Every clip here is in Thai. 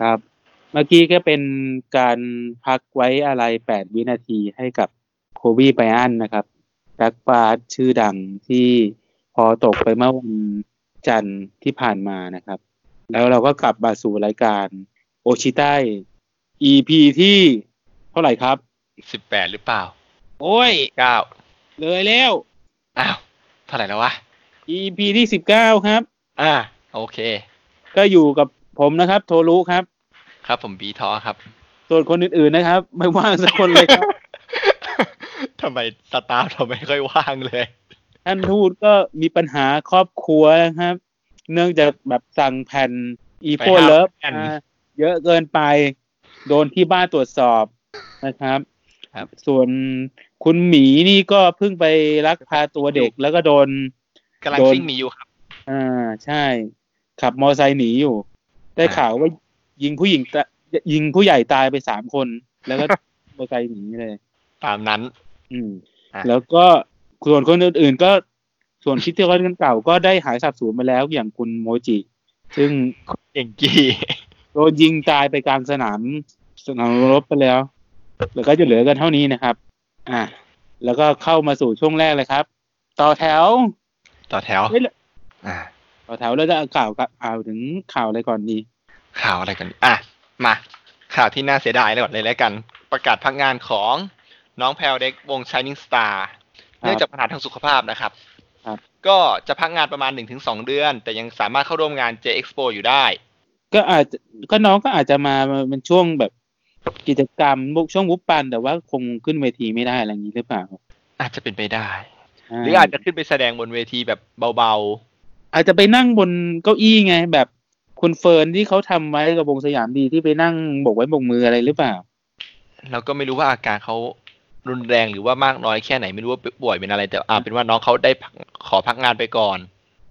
ครับ เมื่อกี้ก็เป็นการพักไว้อะไร 8 วินาทีให้กับโคบีไบรอันนะครับแบ็กฟาสชื่อดังที่พอตกไปเมื่อวันจันทร์ที่ผ่านมานะครับ แล้วเราก็กลับมาสู่รายการโอชิไต้ EP ที่เท่าไหร่ครับ สิบแปดหรือเปล่า โอ้ย เก้า เลยแล้ว อ้าวเท่าไหร่แล้ววะ EP ที่ 19 ครับ อ่าโอเค ก็อยู่กับผมนะครับ โทรุครับ ครับผมบีทอครับ ส่วนคนอื่นๆนะครับ ไม่ว่างสักคนเลยครับ ทำไมสตาฟเราไม่ค่อยว่างเลย ท่านทูตก็มีปัญหาครอบครัวนะครับ เนื่องจากแบบสั่งแผ่นอีโฟ ไปครับ เลิฟ แผ่น เยอะเกินไป โดนที่บ้านตรวจสอบนะครับ ครับ ส่วนคุณหมีนี่ก็เพิ่งไปลักพาตัวเด็กแล้วก็โดน กำลัง โดน ซิ่งหมีอยู่ครับ อ่าใช่ ขับมอไซค์หนีอยู่ ได้ อ่า ข่าวว่ายิงผู้หญิงตะยิงผู้ใหญ่ตายไปสามคน แล้ว ก็ มอไซค์หนีเลย ตามนั้น อืม อ่ะ แล้วก็ส่วนคนอื่นๆก็ส่วนพิธีกรคนเก่าก็ได้หายสาบสูญไปแล้วอย่างคุณโมจิ ซึ่ง เก่งกี้ โดนยิงตายไปกลางสนามสนามรบไปแล้ว แล้วก็จะเหลือกันเท่านี้นะครับ อ่ะแล้วก็เข้ามาสู่ช่วงแรกเลยครับ ต่อแถว ต่อแถว เฮ้ย อ่า ต่อแถวเราจะกล่าวกับอ่าวถึงข่าวอะไรก่อนดี ข่าวอะไรกันอ่ะมาข่าวที่น่าเสียดายเลยก่อนเลยแล้วกัน ประกาศพักงานของน้องแพลวเด็กวง Shining Star เนื่องจากปัญหาทางสุขภาพนะครับ ครับ ก็จะพักงานประมาณ 1-2 เดือน แต่ยังสามารถเข้าร่วมงาน J Expo อยู่ได้ ก็อาจจะก็น้องก็อาจจะมาเป็นช่วงแบบกิจกรรมช่วงวุปปันแต่ว่าคงขึ้นเวทีไม่ได้อะไรอย่างนี้หรือเปล่า อาจจะเป็นไปได้ ใช่ หรืออาจจะขึ้นไปแสดงบนเวทีแบบเบา อาจจะไปนั่งบนเก้าอี้ไง แบบคุณเฟิร์นที่เขาทำไว้กับวงสยามดีที่ไปนั่งโบกไว้โบกมืออะไรหรือเปล่า ๆ เราก็ไม่รู้ว่าอาการเขารุนแรงหรือว่ามากน้อยแค่ไหนไม่รู้ว่าป่วยเป็นอะไรแต่เอาเป็นว่าน้องเขาได้พักขอพักงานไปก่อน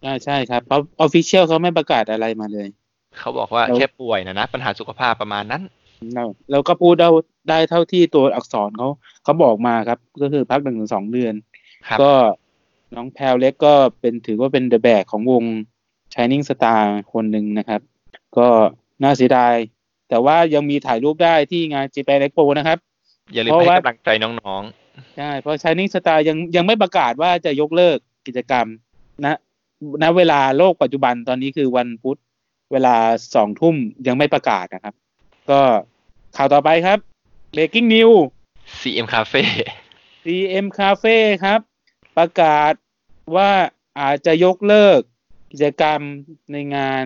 อ่าใช่ครับ เพราะออฟฟิเชียลเขาไม่ประกาศอะไรมาเลย เขาบอกว่า แล้ว แค่ป่วยนะนะ ปัญหาสุขภาพประมาณนั้น เราเราก็พูดได้ได้เท่าที่ตัวอักษรเขาเขาบอกมาครับ ก็คือพักหนึ่งถึงสองเดือน ครับ ก็น้องแพลวเล็กก็เป็นถือว่าเป็นเดอะแบกของวง Shining Star คนหนึ่งนะครับ ก็น่าเสียดาย แต่ว่ายังมีถ่ายรูปได้ที่งานจี p ป n เ x p o นะครับ อย่าลืม เพราะ ให้ ว่า กำลังใจน้อง ใช่ เพราะ Shining Star ยังยังไม่ประกาศว่าจะยกเลิกกิจกรรมนะณเวลาโลกปัจจุบันตอนนี้คือวันพุธเวลาสองทุ่มยังไม่ประกาศนะครับ ก็ข่าวต่อไปครับ breaking news ๆ CM Cafe CM Cafe ครับ ประกาศว่าอาจจะยกเลิกกิจกรรมในงาน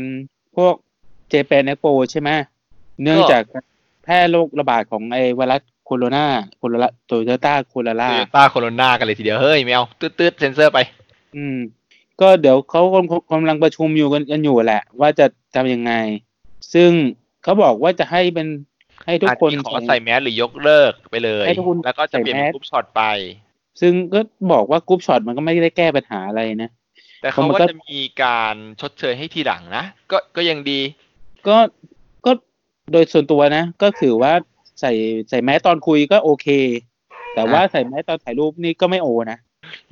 พวก Japan Expo ใช่ไหมเนื่องจากแพร่โรคระบาดของไอไวรัสโคโรนาโคโรนาโตโยต้าโคโรนา โตโยต้าโคโรนากันเลยทีเดียว เฮ้ยไม่เอาตืดตืดๆเซนเซอร์ไป อืม ก็เดี๋ยวเขากำลังกำลังประชุมอยู่กันกันอยู่แหละ ว่าจะทำยังไง ซึ่งเขาบอกว่าจะให้เป็นให้ทุก อาจ คน จะขอ ส่ง ใส่แมสหรือยกเลิกไปเลย ให้ทุกคน แล้วก็จะ ใส่ เปลี่ยนเป็ แม น ส กรุ๊ปช็อตไป ซึ่งก็บอกว่ากรุ๊ปช็อตมันก็ไม่ได้แก้ปัญหาอะไรนะ แต่เขา ผม ว่า ก็ จะมีการชดเชยให้ทีหลังนะ ก็ก็ยังดี ก็ก็โดยส่วนตัวนะ ก็ถือว่าใส่ใส่แมสตอนคุยก็โอเค แต่ว่าใส่แมสตอนถ่ายรูปนี่ก็ไม่โอนะ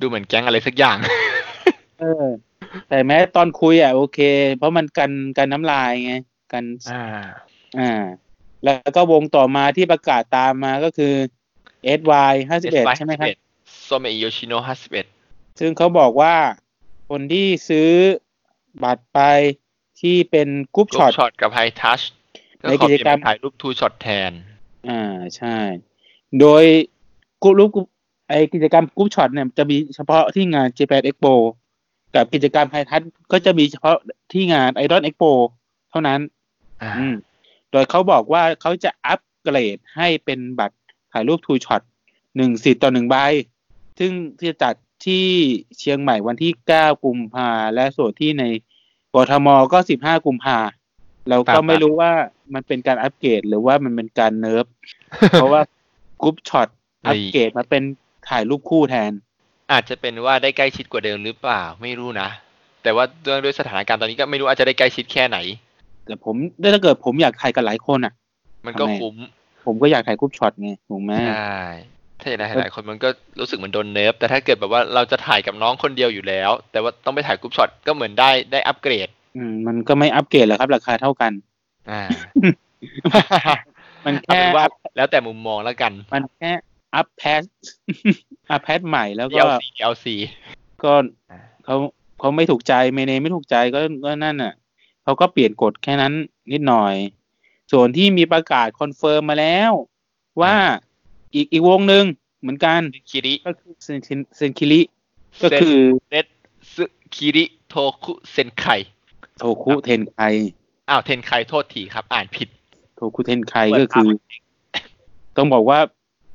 ดูเหมือนแก๊งอะไรสักอย่าง เออ ใส่แมสตอนคุยอ่ะโอเค เพราะมันกันกันน้ำลายไงกัน อ่า อ่า แล้วก็วงต่อมาที่ประกาศตามมาก็คือ SY 51 ใช่ไหมครับ โซเมอิโยชิโนะ51 ซึ่งเขาบอกว่าคนที่ซื้อบัตรไปที่เป็นกรุ๊ป รู ช็ ป อต ช็อตกับไฮทัชก็ ใน ขอ กิจเปลี่ยน กรรม เป็นถ่ายรูปทูช็อตแทน อ่าใช่ โดยกรุ๊ปรูปกรุ๊ปไอกิจกรรมกรุ๊ปช็อตเนี่ยจะมีเฉพาะที่งาน Japan Expo กับกิจกรรมไฮทัชก็จะมีเฉพาะที่งาน Idol Expo เท่านั้น อ่า อืมโดยเขาบอกว่าเขาจะอัปเกรดให้เป็นบัตรถ่ายรูปทูช็อตหนึ่งสิทธิ์ต่อหนึ่งใบ ซึ่งที่จะจัดที่เชียงใหม่วันที่ 9 กุมภาและส่วนที่ในกทมก็ 15 กุมภาเราก็ ตามนั้น ไม่รู้ว่ามันเป็นการอัปเกรดหรือว่ามันเป็นการเนิร์ฟ เพราะว่ากรุ๊ปช็อตอัปเกรดมาเป็นถ่ายรูปคู่แทน อาจจะเป็นว่าได้ใกล้ชิดกว่าเดิมหรือเปล่า ไม่รู้นะ แต่ว่าเรื่องด้วยสถานการณ์ตอนนี้ก็ไม่รู้อาจจะได้ใกล้ชิดแค่ไหน แต่ผมถ้าเกิดผมอยากถ่ายกับหลายคนอ่ะ มันก็ ทำไม คุ้ม ผมก็อยากถ่ายกรุ๊ปช็อตไงถูกไหม ใช่ถ้าอย่างไรหลายคนมันก็รู้สึกเหมือนโดนเนิร์ฟแต่ถ้าเกิดแบบว่าเราจะถ่ายกับน้องคนเดียวอยู่แล้ว แต่ว่าต้องไปถ่ายกรุ๊ปช็อตก็เหมือนได้ได้อัปเกรด อืมมันก็ไม่อัปเกรดหรอกครับ ราคาเท่ากัน อ่า มัน เอา แค่ เป็นว่าแล้วแต่มุมมองแล้วกัน มันแค่อัพแพ ส อัพแพสใหม่แล้ว เอ ก็ ลซีเอลซี ก็ อ่า เขาเขาไม่ถูกใจเมเนไม่ถูกใจก็ก็นั่นน่ะเขาก็เปลี่ยนกฎแค่นั้นนิดหน่อย ส่วนที่มีประกาศคอนเฟิร์มมาแล้ว ว่าอีกอีกวงหนึ่งเหมือนกัน คิริ ก็คือเซนคิเซนคิริก็คือ เรดซึคิริโทคุเซนไค โทคุเทนไค อ้าวเทนไคโทษทีครับ อ่านผิด โทคุเทนไคก็คือ ต้องบอกว่า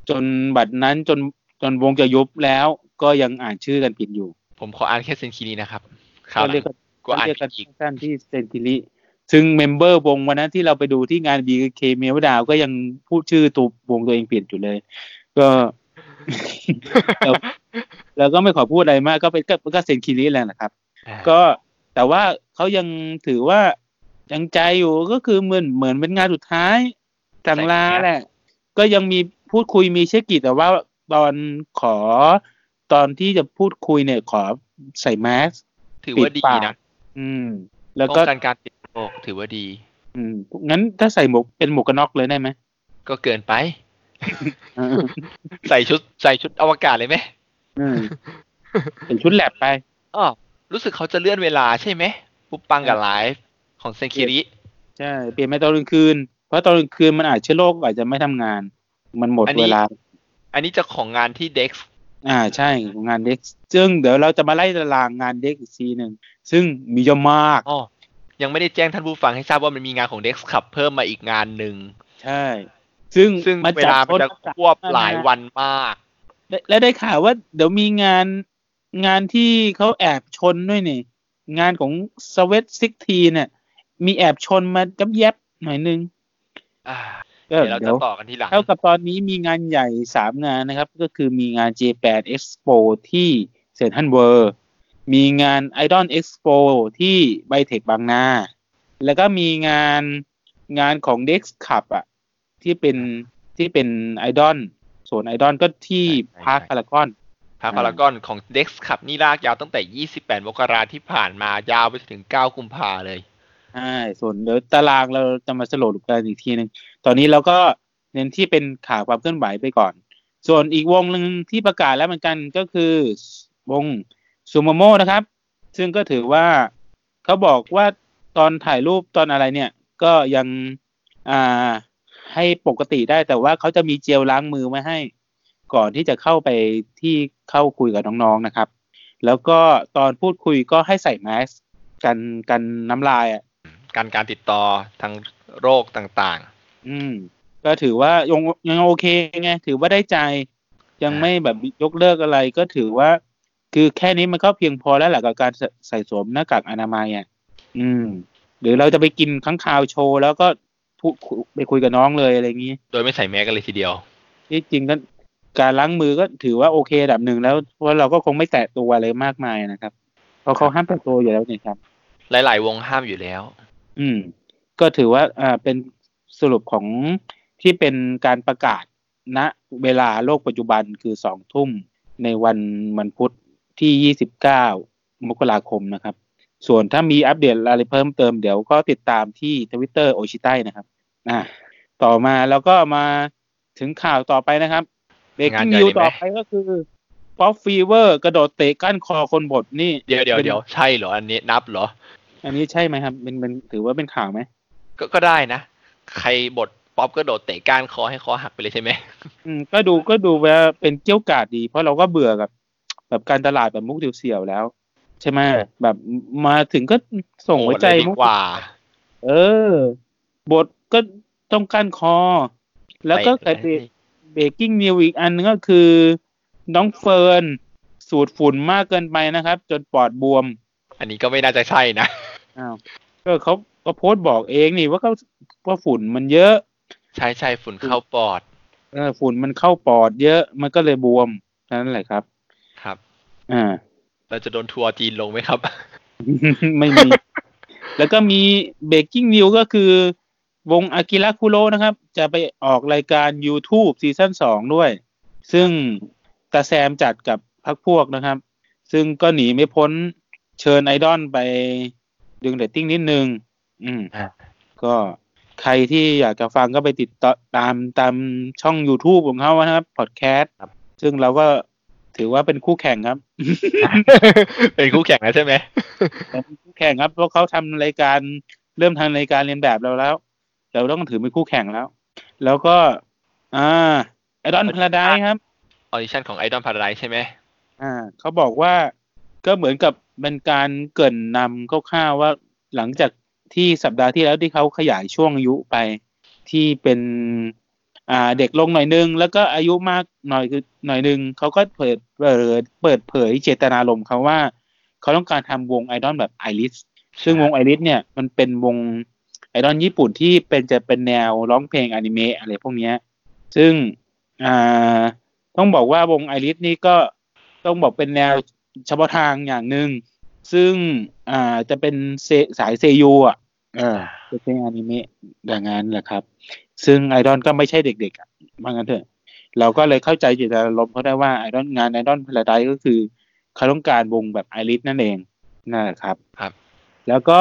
จนบัดนั้นจนจนวงจะยุบแล้วก็ยังอ่านชื่อกันผิดอยู่ ผมขออ่านแค่เซนคิรินะครับคราว ก็ หลั เรีย ง กกัน กูอ่าน เรียก ผิ กั ด น อีก สั้นๆที่เซนคิริซึ่งเมมเบอร์วงวันนั้นที่เราไปดูที่งาน b ีเคเมลดาวก็ยังพูดชื่อตัววงตัวเองเปลี่ยนอยู่เลย ก็ แล้วแล้วก็ไม่ขอพูดอะไรมากก็เป็นก็ก็เซนคิริแหละนะครับก็ก็แต่ว่าเขายังถือว่ายังใจอยู่ก็คือเหมือนเหมือนเป็นงานสุดท้ายสั่งลาแหละ ก็ยังมีพูดคุยมีเช็คกิจแต่ว่าตอนขอตอนที่จะพูดคุยเนี่ยขอใส่แมส ถือว่าดี ปิดปา นะ ก อืม แล้ ป้ วก็ องกันการติดโรคถือว่าดี อืมงั้นถ้าใส่หมวกเป็นหมวกกันน็อกเลยได้ไหม ก็เกินไป เออ ใส่ชุดใส่ชุดอวกาศเลยไหม อืมเป็นชุดแลบไป อ๋อรู้สึกเขาจะเลื่อนเวลาใช่ไหมปุ๊บปังกับไลฟ์ของเซนคิริ ใช่เปลี่ยนไปตอนกลางคืน เพราะตอนกลางคืนมันอาจเชื้อโรคอาจจะไม่ทำงาน มันหมด อันนี้ เวลา อันนี้จะของงานที่เด็ก อ่าใช่ของงานเด็ก ซึ่งเดี๋ยวเราจะมาไล่ตารางงานเด็กอีกทีหนึ่งซึ่งมีเยอะมาก อ๋อยังไม่ได้แจ้งท่านผู้ฟังให้ทราบว่ามันมีงานของเด็กขับเพิ่มมาอีกงานหนึ่ง ใช่ ซึ่ง ซึ่ง มา เว จาก ลามันจะ โตร ควบหลายวันมาก และและได้ข่าวว่าเดี๋ยวมีงานงานที่เขาแอบชนด้วยนี่ งานของสเวตซิกทีเนี่ยมีแอบชนมาจับแยบหน่อยนึง อ่า ก็ เดี๋ยวเรา เดี๋ จะ ยว ต่อกันทีหลัง เท่ากับตอนนี้มีงานใหญ่สามงานนะครับ ก็คือมีงาน J8 Expo ที่เซนทรัลเวิร์มีงาน Idol Expo ที่ไบเทคบางนา แล้วก็มีงานงานของ Dex Cup อ่ะ ที่เป็นที่เป็นไอดอลส่วนไอดอลก็ที่พาร์คพารากอน พาพารากอนของเด็กขับนี่ลากยาวตั้งแต่ 28 มกราที่ผ่านมายาวไปถึง 9 กุมภาเลย ใช่ส่วนเดี๋ยวตารางเราจะมาสรุปกันอีกทีหนึ่งตอนนี้เราก็เน้นที่เป็นข่าวความเคลื่อนไหวไปก่อน ส่วนอีกวงหนึ่งที่ประกาศแล้วเหมือนกันก็คือวงซูโมโมนะครับ ซึ่งก็ถือว่าเขาบอกว่าตอนถ่ายรูปตอนอะไรเนี่ย ก็ยังอ่าให้ปกติได้แต่ว่าเขาจะมีเจลล้างมือไว้ให้ ก่อนที่จะเข้าไปที่เข้าคุยกับน้องๆนะครับ แล้วก็ตอนพูดคุยก็ให้ใส่แมสก์กันกันน้ำลายอ่ะ การการติดต่อทางโรคต่าง อืม ก็ถือว่ายังยังโอเคไงถือว่าได้ใจ ยังไม่แบบยกเลิกอะไร ก็ถือว่า คือแค่นี้มันก็เพียงพอแล้วแหละกับการใส่ใส่สวมหน้ากากอนามัยอ่ะอืม หรือเราจะไปกินข้างคาวโชว์ แล้วก็พูดคุยไปคุยกับน้องเลยอะไรอย่างนี้ ๆ โดยไม่ใส่แมสกันเลยทีเดียว ที่จริงก็การล้างมือก็ถือว่าโอเคระดับหนึ่งแล้วเพราะเราก็คงไม่แตะตัวอะไรมากมายนะครับ เพราะเขาห้ามแตะตัวอยู่แล้วนี่ครับ หลาย ๆ วงห้ามอยู่แล้ว อืม ก็ถือว่าอ่าเป็นสรุปของที่เป็นการประกาศณเวลาโลกปัจจุบันคือสองทุ่มในวันวันพุธที่ยี่สิบเก้ามกราคมนะครับ ส่วนถ้ามีอัปเดตอะไรเพิ่มเติมเดี๋ยวก็ติดตามที่ทวิตเตอร์โอชิไต้นะครับ อ่า ต่อมาแล้วก็มาถึงข่าวต่อไปนะครับเบรก งานใหญ่ นิว ดีไหม ต่อไปก็คือป๊อปฟีเวอร์กระโดดเตะก้านคอคนบทนี่ เดี๋ยวเดี๋ยว เป็น เดี๋ยวใช่เหรอ อันนี้นับเหรอ อันนี้ใช่ไหมครับเป็นเป็นถือว่าเป็นข่าวไหม ก็ก็ได้นะ ใครบทป๊อปก็โดดเตะก้านคอให้คอหักไปเลยใช่ไหม อืมก็ดูก็ดูว่าเป็นเกี้ยวกาดดี เพราะเราก็เบื่อกับ แบบการตลาดแบบมุกเสียวๆแล้ว ใช่ไหมแบบมาถึงก็ส่งหัวใจ โหดเลย มุ ดี ก กว่า เออ บทก็ต้องกั้นคอ แล้วก็กลายเป็นเบรกกิ้งนิวอีกอันนึงก็คือ น้องเฟิร์น สูดฝุ่นมากเกินไปนะครับ จนปอดบวม อันนี้ก็ไม่น่าจะใช่นะ อ้าวก็เขาก็โพสต์บอกเองนี่ว่าเขาว่าฝุ่นมันเยอะ ใช่ใช่ฝุ่นเข้าปอด เออฝุ่นมันเข้าปอดเยอะ มันก็เลยบวมนั่นแหละครับ ครับ อ่า เราจะโดนทัวร์จีนลงไหม ครับ ไม่มี แล้วก็มีเบรกกิ้งนิวก็คือ วงอากิระคุโรนะครับ จะไปออกรายการ YouTube ซีซั่น2 ด้วย ซึ่งตาแซมจัดกับพักพวกนะครับ ซึ่งก็หนีไม่พ้นเชิญไอดอลไปดึงเรตติ้งนิดนึง อืม อ่า ก็ ใครที่อยากจะฟังก็ไปติดต่อตามตามช่อง YouTube ของเขานะครับพอดแคสต์ ครับ ซึ่งเราก็ถือว่าเป็นคู่แข่งครับ เป็นคู่แข่งแล้วใช่ไหม เป็นคู่แข่งครับ เพราะเขาทำรายการเริ่มทำรายการเรียนแบบเราแล้วเราต้องถือเป็นคู่แข่งแล้ว แล้วก็ อ่าไอดอนพลาไดครับ ออดิชั่นของไอดอ p พาราไดใช่ไหม อ่าเขาบอกว่าก็เหมือนกับเป็นการเกรินนำคร่าวๆว่าหลังจากที่สัปดาห์ที่แล้วที่เขาขยายช่วงอายุไปที่เป็นอ่าเด็กลงหน่อยนึง แล้วก็อายุมากหน่อยคือหน่อยนึงเขาก็เปิดเปิดเปิดเผยเจตนารมณ์เขาว่า เขาต้องการทำวงไอดอลแบบไอริส ซึ่งวงไอริสเนี่ยมันเป็นวงไอดอลญี่ปุ่นที่เป็นจะเป็นแนวร้องเพลงอนิเมะอะไรพวกเนี้ยซึ่งอ่าต้องบอกว่าวงไอริสนี่ก็ต้องบอกเป็นแนวเฉพาะทางอย่างหนึ่งซึ่งอ่าจะเป็นเซสายเซยูอ่ะเออเป็นเพลงอนิเมะอย่างนั้นแหละครับ ซึ่งไอดอลก็ไม่ใช่เด็กๆอะว่างั้นเถอะ เราก็เลยเข้าใจเจิตอารมณ์เขาได้ว่าไอดอลงานไอดอลพลาไดก็คือเขาต้องการวงแบบไอริสนั่นเองนั่นแหละครับ แล้วก็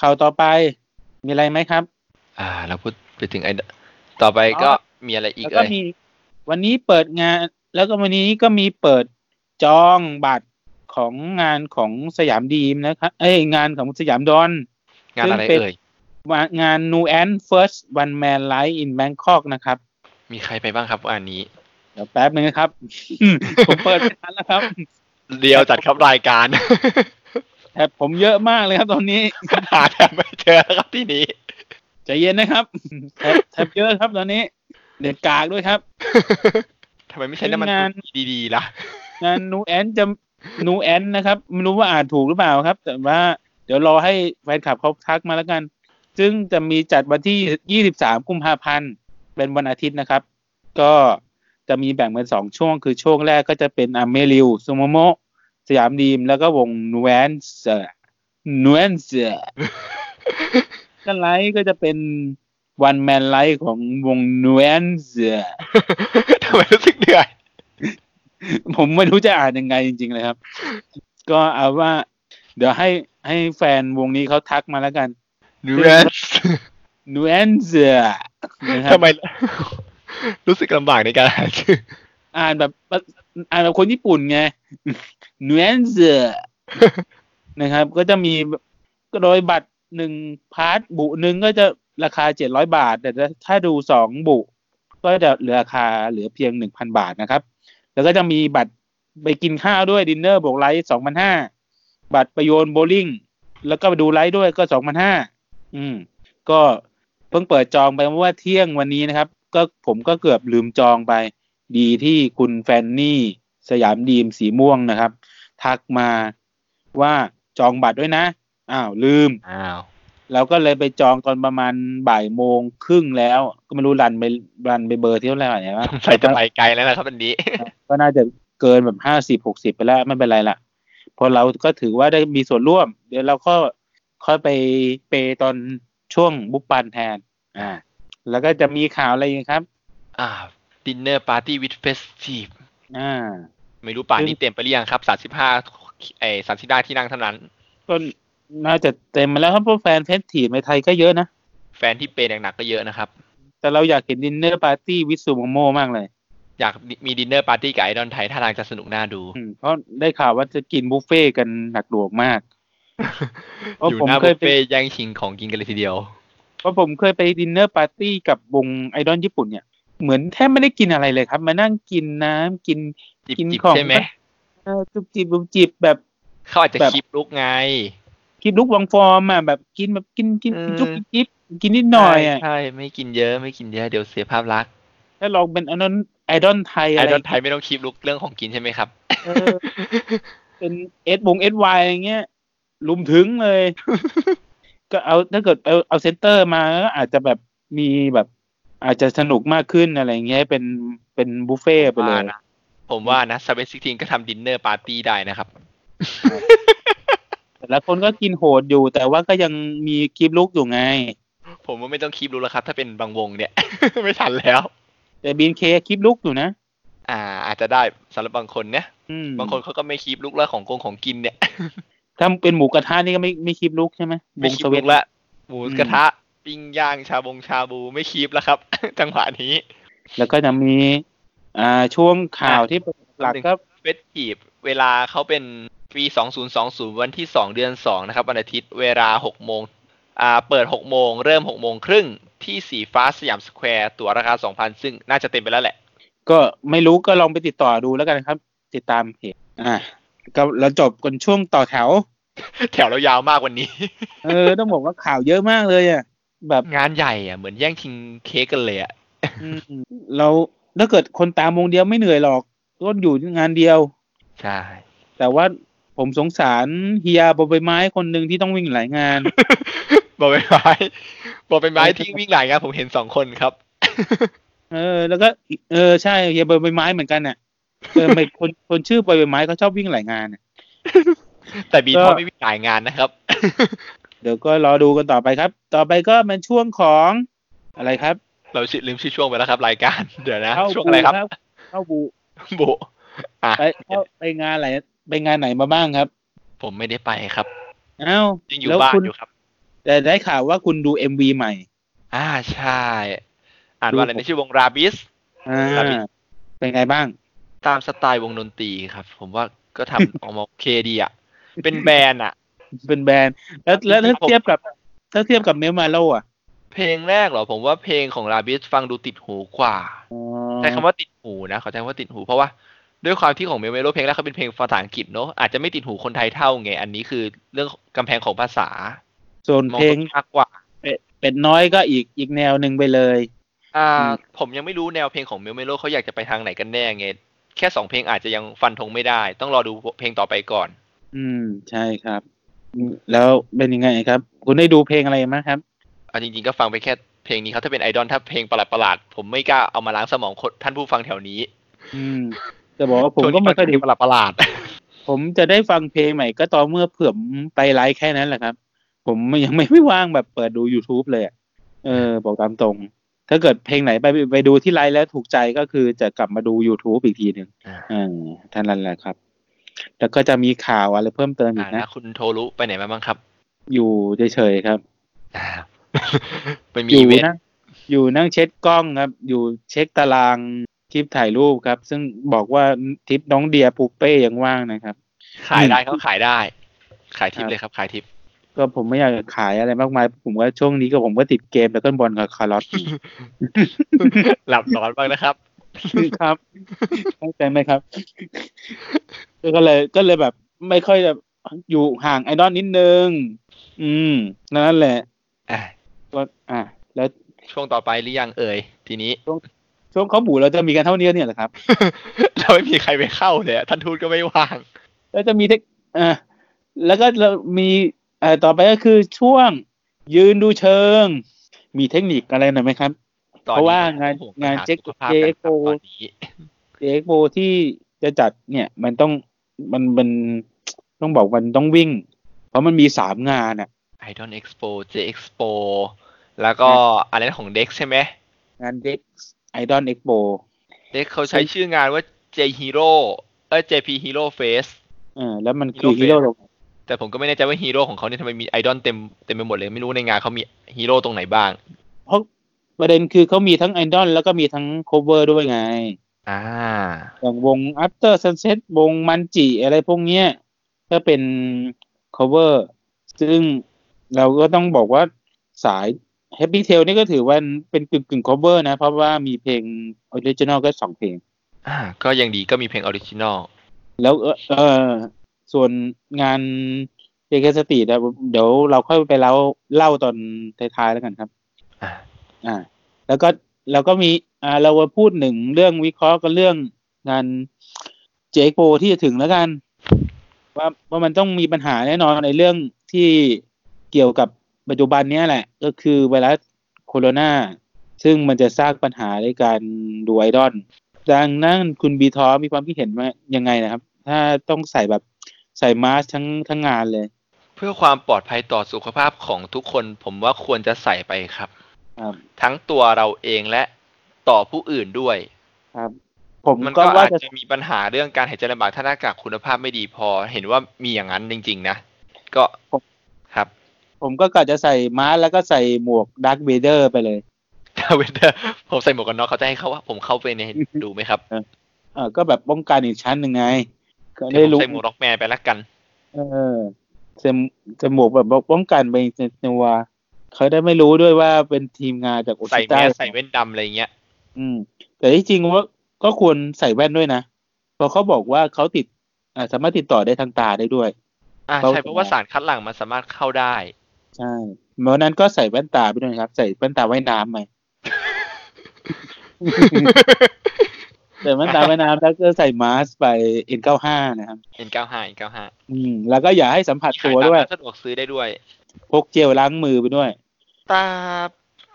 ข่าวต่อไปมีอะไรไหมครับ อ่า เราพูดไปถึงไอต่อไปก็มีอะไรอีก แล้วก็ เอ่ย มีวันนี้เปิดงาน แล้วก็วันนี้ก็มีเปิดจองบัตรของงานของสยามดีมนะครับเอ้ยงานของสยามดอน งานอะไรเอ่ย งาน New and First One Man Live in Bangkok นะครับ มีใครไปบ้างครับอันนี้ เดี๋ยวแป๊บนึงนะครับ ผมเปิดไม่ทันแล้วครับ เดียวจัดครับรายการ แถบผมเยอะมากเลยครับตอนนี้ หาแทบไม่เจอแล้วครับที่นี้ ใจเย็นนะครับแถบแถบเยอะครับตอนนี้ เด็ดกากด้วยครับ ทำไมไม่ใช้น้ำมัน งาน ดีๆล่ะ งานนูแอนจะนูแอนนะครับไม่รู้ว่าอ่านถูกหรือเปล่าครับ แต่ว่าเดี๋ยวรอให้แฟนคลับเขาทักมาแล้วกัน ซึ่งจะมีจัดวันที่ 23 กุมภาพันธ์ เป็นวันอาทิตย์นะครับ ก็จะมีแบ่งเป็นสองช่วง คือช่วงแรกก็จะเป็นอเมริวซูโมโมะสยามดีม แล้วก็วงนูแอนเซอร์นูแอนเซอร์ด้านไลฟ์ก็จะเป็นวันแมนไลฟ์ของวงนูแอนเซอร์ ทำไมรู้สึกเหนื่อย ผมไม่รู้จะอ่านยังไงจริงๆเลยครับ ก็เอาว่า เดี๋ยวให้ให้แฟนวงนี้เขาทักมาแล้วกัน Nuance นูแอนเซอร์นะครับ ทำไม รู้สึกลำบากในการหาชื่อ อ่านแบบอ่านแบบคนญี่ปุ่นไง นูแอนเซอร์นะครับ ก็จะมีโดยบัตรหนึ่งพาร์ทบุหนึ่งก็จะราคาเจ็ดร้อยบาท แต่ถ้าดูสองบุ ก็จะเหลือราคาเหลือเพียงหนึ่งพันบาทนะครับ แล้วก็จะมีบัตรไปกินข้าวด้วยดินเนอร์บวกไลท์สองพันห้าบัตรไปโยนโบลิ่ง แล้วก็ไปดูไลท์ด้วยก็สองพันห้าอืม ก็เพิ่งเปิดจองไปเมื่อเที่ยงวันนี้นะครับ ก็ผมก็เกือบลืมจองไป ดีที่คุณแฟนนี่สยามดีมสีม่วงนะครับ ทักมาว่าจองบัตรด้วยนะ อ้าวลืม อ้าว เราก็เลยไปจองตอนประมาณบ่ายโมงครึ่งแล้ว ก็ไม่รู้รันไปรันไปเบอร์เที่ยวแล้วไหนวะ ใส่จะไปไกลแล้วนะครับอันนี้ ก็น่าจะเกินแบบห้าสิบหกสิบไปแล้วไม่เป็นไรละเพอเราก็ถือว่าได้มีส่วนร่วม เดี๋ยวเราก็ค่อยไปเปย์ตอนช่วงบุปปันแทน อ่า แล้วก็จะมีข่าวอะไรอีกครับ อ่า Dinner Party with Festive อ่า ไม่รู้ป่านนี้เต็มไปหรือยังครับสามสิบห้าไอ้สามสิบห้าที่นั่งเท่านั้น ก็น่าจะเต็มมาแล้วครับเพราะแฟนเฟสทีฟในไทยก็เยอะนะ แฟนที่เปย์หนักๆก็เยอะนะครับ แต่เราอยากเห็นดินเนอร์ปาร์ตี้วิสุโมโมมากเลย อยากมีดินเนอร์ปาร์ตี้กับไอดอลไทยท่าทางจะสนุกน่าดู อืมเพราะได้ข่าวว่าจะกินบุฟเฟ่ต์กันหนักหน่วงมาก เพราะ อยู่ ผม หน้า เค บุ ย ฟ ไป เฟ่ต์แย่งชิงของกินกันเลยทีเดียว เพราะผมเคยไปดินเนอร์ปาร์ตี้กับวงไอดอลญี่ปุ่นเนี่ย เหมือนแทบไม่ได้กินอะไรเลยครับ มานั่งกินน้ำกิน จิบ กิน จิบ ของ ใช่ไหม เอ่อจุบจิบจุบจิบแบบ เขาอาจจะ แบบ คลิปลุกไง คลิปลุกวังฟอร์มอ่ะแบบกินแบบกินกิน อืม กินจุบกินจิบกินนิดหน่อยอ่ะ ใช่ใช่ไม่กินเยอะไม่กินเยอะเดี๋ยวเสียภาพลักษณ์ ถ้าลองเป็นไอดอลไอดอลไทย ไอ อะไร ดอลไทยไม่ต้องคลิปลุกเรื่องของกินใช่ไหมครับ เอ อเป็นเอสวงเอสวายอย่างเงี้ยลุมถึงเลย ก็เอาถ้าเกิดเอาเอาเซนเตอร์มาก็อาจจะแบบมีแบบ อาจจะสนุกมากขึ้นอะไรอย่างเงี้ยเป็นเป็นบุฟเฟ่ต์ไปเล ว่าย นะ ผมว่านะสเปซิทีนก็ทำดินเนอร์ปาร์ตี้ได้นะครับ แต่ละคนก็กินโหดอยู่ แต่ว่าก็ยังมีคลิปลุกอยู่ไง ผมว่าไม่ต้องคลิปลุกแล้วครับ ถ้าเป็นบางวงเนี่ย ไม่ทันแล้ว แต่บีนเคคลิปลุกอยู่นะ อ่า อาจจะได้สำหรับบางคนเนี่ย อืม บางคนเขาก็ไม่คลิปลุกแล้วของกงของกินเนี่ย ถ้าเป็นหมูกระทะนี่ก็ไม่ไม่คลิปลุกใช่ไหม ไม่ วง คลิ ส ป เว ลุ ต กละหมูกระทะ ปิ้งย่างชาบงชาบูไม่คีบแล้วครับ จังหวะนี้ แล้วก็จะมีอ่าช่วงข่าวที่หลักก็ เฟสทีฟเวลาเขาเป็นปี2020 วันที่ 2 เดือน 2 นะครับ วันอาทิตย์เวลา6โมงอ่าเปิด6โมงเริ่ม6โมงครึ่งที่สีฟ้าสยามสแควร์ตั๋วราคา 2,000 ซึ่งน่าจะเต็มไปแล้วแหละ ก็ไม่รู้ก็ลองไปติดต่อดูแล้วกันครับ ติดตามเพจอ่าก็เราจบกันช่วงต่อแถว แถวเรายาวมากวันนี้ เออ ต้องบอกว่าข่าวเยอะมากเลยอ่ะแบบ งานใหญ่อ่ะเหมือนแย่งชิงเค้กกันเลยอ่ะ อืมเราถ้าเกิดคนตามวงเดียวไม่เหนื่อยหรอกต้นอยู่งานเดียว ใช่ แต่ว่าผมสงสารเฮียบนใบไม้คนหนึ่งที่ต้องวิ่งหลายงาน บอกเป็นไม้บอกเป็นไม้ที่วิ่งหลายงานผมเห็นสองคนครับ เออ แล้วก็อีกเออใช่เฮียบนใบไม้เหมือนกันน่ะเออไม่คนคนชื่อบนใบไม้เขาชอบวิ่งหลายงานน่ะ แต่บี ก็ ทอไม่วิ่งหลายงานนะครับ เดี๋ยวก็รอดูกันต่อไปครับ ต่อไปก็เป็นช่วงของอะไรครับ เราชื่อลืมชื่อช่วงไปแล้วครับ รายการ เดี๋ยวนะ เข้า ช่วงอะไรครับ เข้าบู บุอ่ะ ไปเข้าไปงานไหนไปงานไหนมาบ้างครับ ผมไม่ได้ไปครับ อ้าว ยังอยู่ แล้ว บ้าน คุณ อยู่ครับ แต่ได้ข่าวว่าคุณดูเอ็มวีใหม่ อ่าใช่ อ่าน ดู ว่าอะไร ผม ในะชื่อวงราบิส อ่า ครับพี่ เป็นไงบ้าง ตามสไตล์วงดนตรีครับ ผมว่าก็ทำ ออกมาโอเคดีอ่ะ เป็นแบรนด์อ่ะ เป็นแบรนด์แล้วแล้วถ้า ผม เทียบกับถ้าเทียบกับเมลมาโลอ่ะ เพลงแรกเหรอ ผมว่าเพลงของราบิสฟังดูติดหูกว่า ใช้คำว่าติดหูนะขอใช้คำว่าติดหูเพราะว่าด้วยความที่ของเมลเมโลเพลงแรกเขาเป็นเพลงภาษาอังกฤษเนอะอาจจะไม่ติดหูคนไทยเท่าไง อันนี้คือเรื่องกำแพงของภาษา ส่วน มอง เพลง ตรงมากกว่า เป็ดเป็ดน้อยก็อีกอีกแนวหนึ่งไปเลย อ่า อืม ผมยังไม่รู้แนวเพลงของเมลเมโลเขาอยากจะไปทางไหนกันแน่ไง แค่สองเพลงอาจจะยังฟันธงไม่ได้ ต้องรอดูเพลงต่อไปก่อน อืมใช่ครับอืมแล้วเป็นยังไงครับ คุณได้ดูเพลงอะไรมางครับ อ่ะจริงๆก็ฟังไปแค่เพลงนี้เขาถ้าเป็นไอดอลถ้าเพลงประหลาดประหลาดๆผมไม่กล้าเอามาล้างสมองคนท่านผู้ฟังแถวนี้ อืมจะบอกว่าผม ช่วง ก็ นี้ ไม่ค่อย ฟังเพ ได้ ลงประหลาดประหลาด ผมจะได้ฟังเพลงใหม่ก็ต่อเมื่อเผื่อผมไปไลฟ์แค่นั้นแหละครับ ผมยังไม่ ไม่ว่างแบบเปิดดู youtube เลยอะเออ บอกตามตรง ถ้าเกิดเพลงไหนไปไปดูที่ไลฟ์แล้วถูกใจก็คือจะกลับมาดู youtube อีกทีหนึ่งอ่าเท่านนั้นแหละครับ แล้วก็จะมีข่าวอะไรเพิ่มเติมอี อ่าก แล้ นะ วคุณโทรุไปไหนมาบ้างครับ อยู่เฉยๆครับ อ่า มันมี อยู่ อีเวนต์ นั่งอยู่นั่งเช็ดกล้องครับ อยู่เช็คตารางทริปถ่ายรูปครับ ซึ่งบอกว่าทริปน้องเดียปูเป้ยังว่างนะครับ ขายได้เขาขายได้ ขายทิปเลยครับขายทิป ก็ผมไม่อยากขายอะไรมากมาย ผมว่าช่วงนี้ก็ผมก็ติดเกมแล้วก็บอลกับคาร์ลอตอยู่ หลับนอนบ้างนะครับ ครับ เข้าใจไหมครับ ก็เลยก็เลยแบบ ไม่ค่อยแบบอยู่ห่างไอดอลนิดนึง อืม นั่นแหละ อ่ะ ก็อ่ะแล้ว ช่วงต่อไปหรือยังเอ่ยทีนี้ ช่วงเขาบูเราจะมีกันเท่านี้เนี่ยแหละครับ เราไม่มีใครไปเข้าเลยอะท่านทูตก็ไม่ว่าง แล้วจะมีเทคอ่าแล้วก็เรามีเอ่อต่อไปก็คือช่วงยืนดูเชิง มีเทคนิคอะไรหน่อยไหมครับ ตอน เพราะ นี้ ว่างาน ผม งาน ห เจ๊ก สุขภาพ เจ๊ กันครับ โก ตอนนี้ เอ็กโปที่จะจัดเนี่ย มันต้องมันมันต้องบอกมันต้องวิ่ง เพราะมันมีสามงานอ่ะ Idol Expo J Expo แล้วก็อะไรนะของเด็กใช่ไหม งานเด็กไอดอลเอ็กโป เด็กเขาใช้ชื่องานว่า J Hero เออ JP Hero Face เออแล้วมันคือฮีโร่ Hero แต่ผมก็ไม่แน่ใจว่าฮีโร่ของเขาเนี่ยทำไมมีไอดอลเต็มเต็มไปหมดเลย ไม่รู้ในงานเขามีฮีโร่ตรงไหนบ้าง เพราะประเด็นคือเขามีทั้งไอดอลแล้วก็มีทั้งโคเวอร์ด้วยไง อ่า อย่างวง After Sunset วงมันจิอะไรพวกเนี้ยก็เป็น cover ซึ่งเราก็ต้องบอกว่าสาย Happy Tail นี่ก็ถือว่าเป็นกึ่งกึ่ง cover นะ เพราะว่ามีเพลง original ก็สองเพลง อ่า ก็ยังดีก็มีเพลงออริจินอล แล้วเออเออส่วนงานเจคสตีนะเดี๋ยวเราค่อยไปเล่าเล่าตอนท้ายๆแล้วกันครับ อ่า อ่า แล้วก็เราก็มีอ่าเราพูดหนึ่งเรื่องวิเคราะห์กันเรื่องงานเจโปที่จะถึงแล้วกัน ว่าว่ามันต้องมีปัญหาแน่นอนในเรื่องที่เกี่ยวกับปัจจุบันเนี้ยแหละ ก็คือไวรัสโคโรนาซึ่งมันจะสร้างปัญหาในการดูไอดอลดังนั้นคุณบีทอมีความคิดเห็นว่ายังไงนะครับ ถ้าต้องใส่แบบใส่มาสก์ทั้งทั้งงานเลย เพื่อความปลอดภัยต่อสุขภาพของทุกคน ผมว่าควรจะใส่ไปครับ ครับ ทั้งตัวเราเองและต่อผู้อื่นด้วย ครับ ผม มัน ก็ ก็ ว่า อาจ จะ จะมีปัญหาเรื่องการหายใจลำบากถ้าหน้ากากคุณภาพไม่ดีพอ เห็นว่ามีอย่างนั้นจริง ๆ นะ ก็ครับ ผมก็กะจะใส่ม้าแล้วก็ใส่หมวกดักเวเดอร์ไปเลย ดาวิดเดอร์ผมใส่หมวกกันน็อกเขาจะให้เขาว่า ผมเข้าไปในดูไหมครับ เออก็แบบป้องกันอีกชั้นหนึ่งไง ก็ เดี๋ย ได้รู้วผมใส่หมวกร็อกแมนไปละกัน เออจมจมูกแบบป้องกันไปในตัวเขาได้ไม่รู้ด้วยว่าเป็นทีมงานจากโอ ใส่ ชิ แม ต้า สใส่แว่นดำอะไรอย่างเงี้ย อืม แต่ที่จริงว่าก็ควรใส่แว่นด้วยนะเพราะเขาบอกว่าเขาติดอ่าสามารถติดต่อได้ทางตาได้ด้วย อ่า เข้า ใช่เพราะว่า ใจ สารคัดหลั่งมันสามารถเข้า ได้ ใช่เพราะฉะนั้นก็ใส่แว่นตาไปด้วยนะครับ ใส่แว่นตาว่ายน้ำไหม ใส่แว่นตาว่ายน้ำแล้วก็ใส่มาสก์ไป N95 นะครับ N95 N95 อืม แล้วก็อย่าให้สัมผัสตัวด้วย ขายตามร้านสะดวกซื้อได้ด้วย พกเจลล้างมือไปด้วย ตา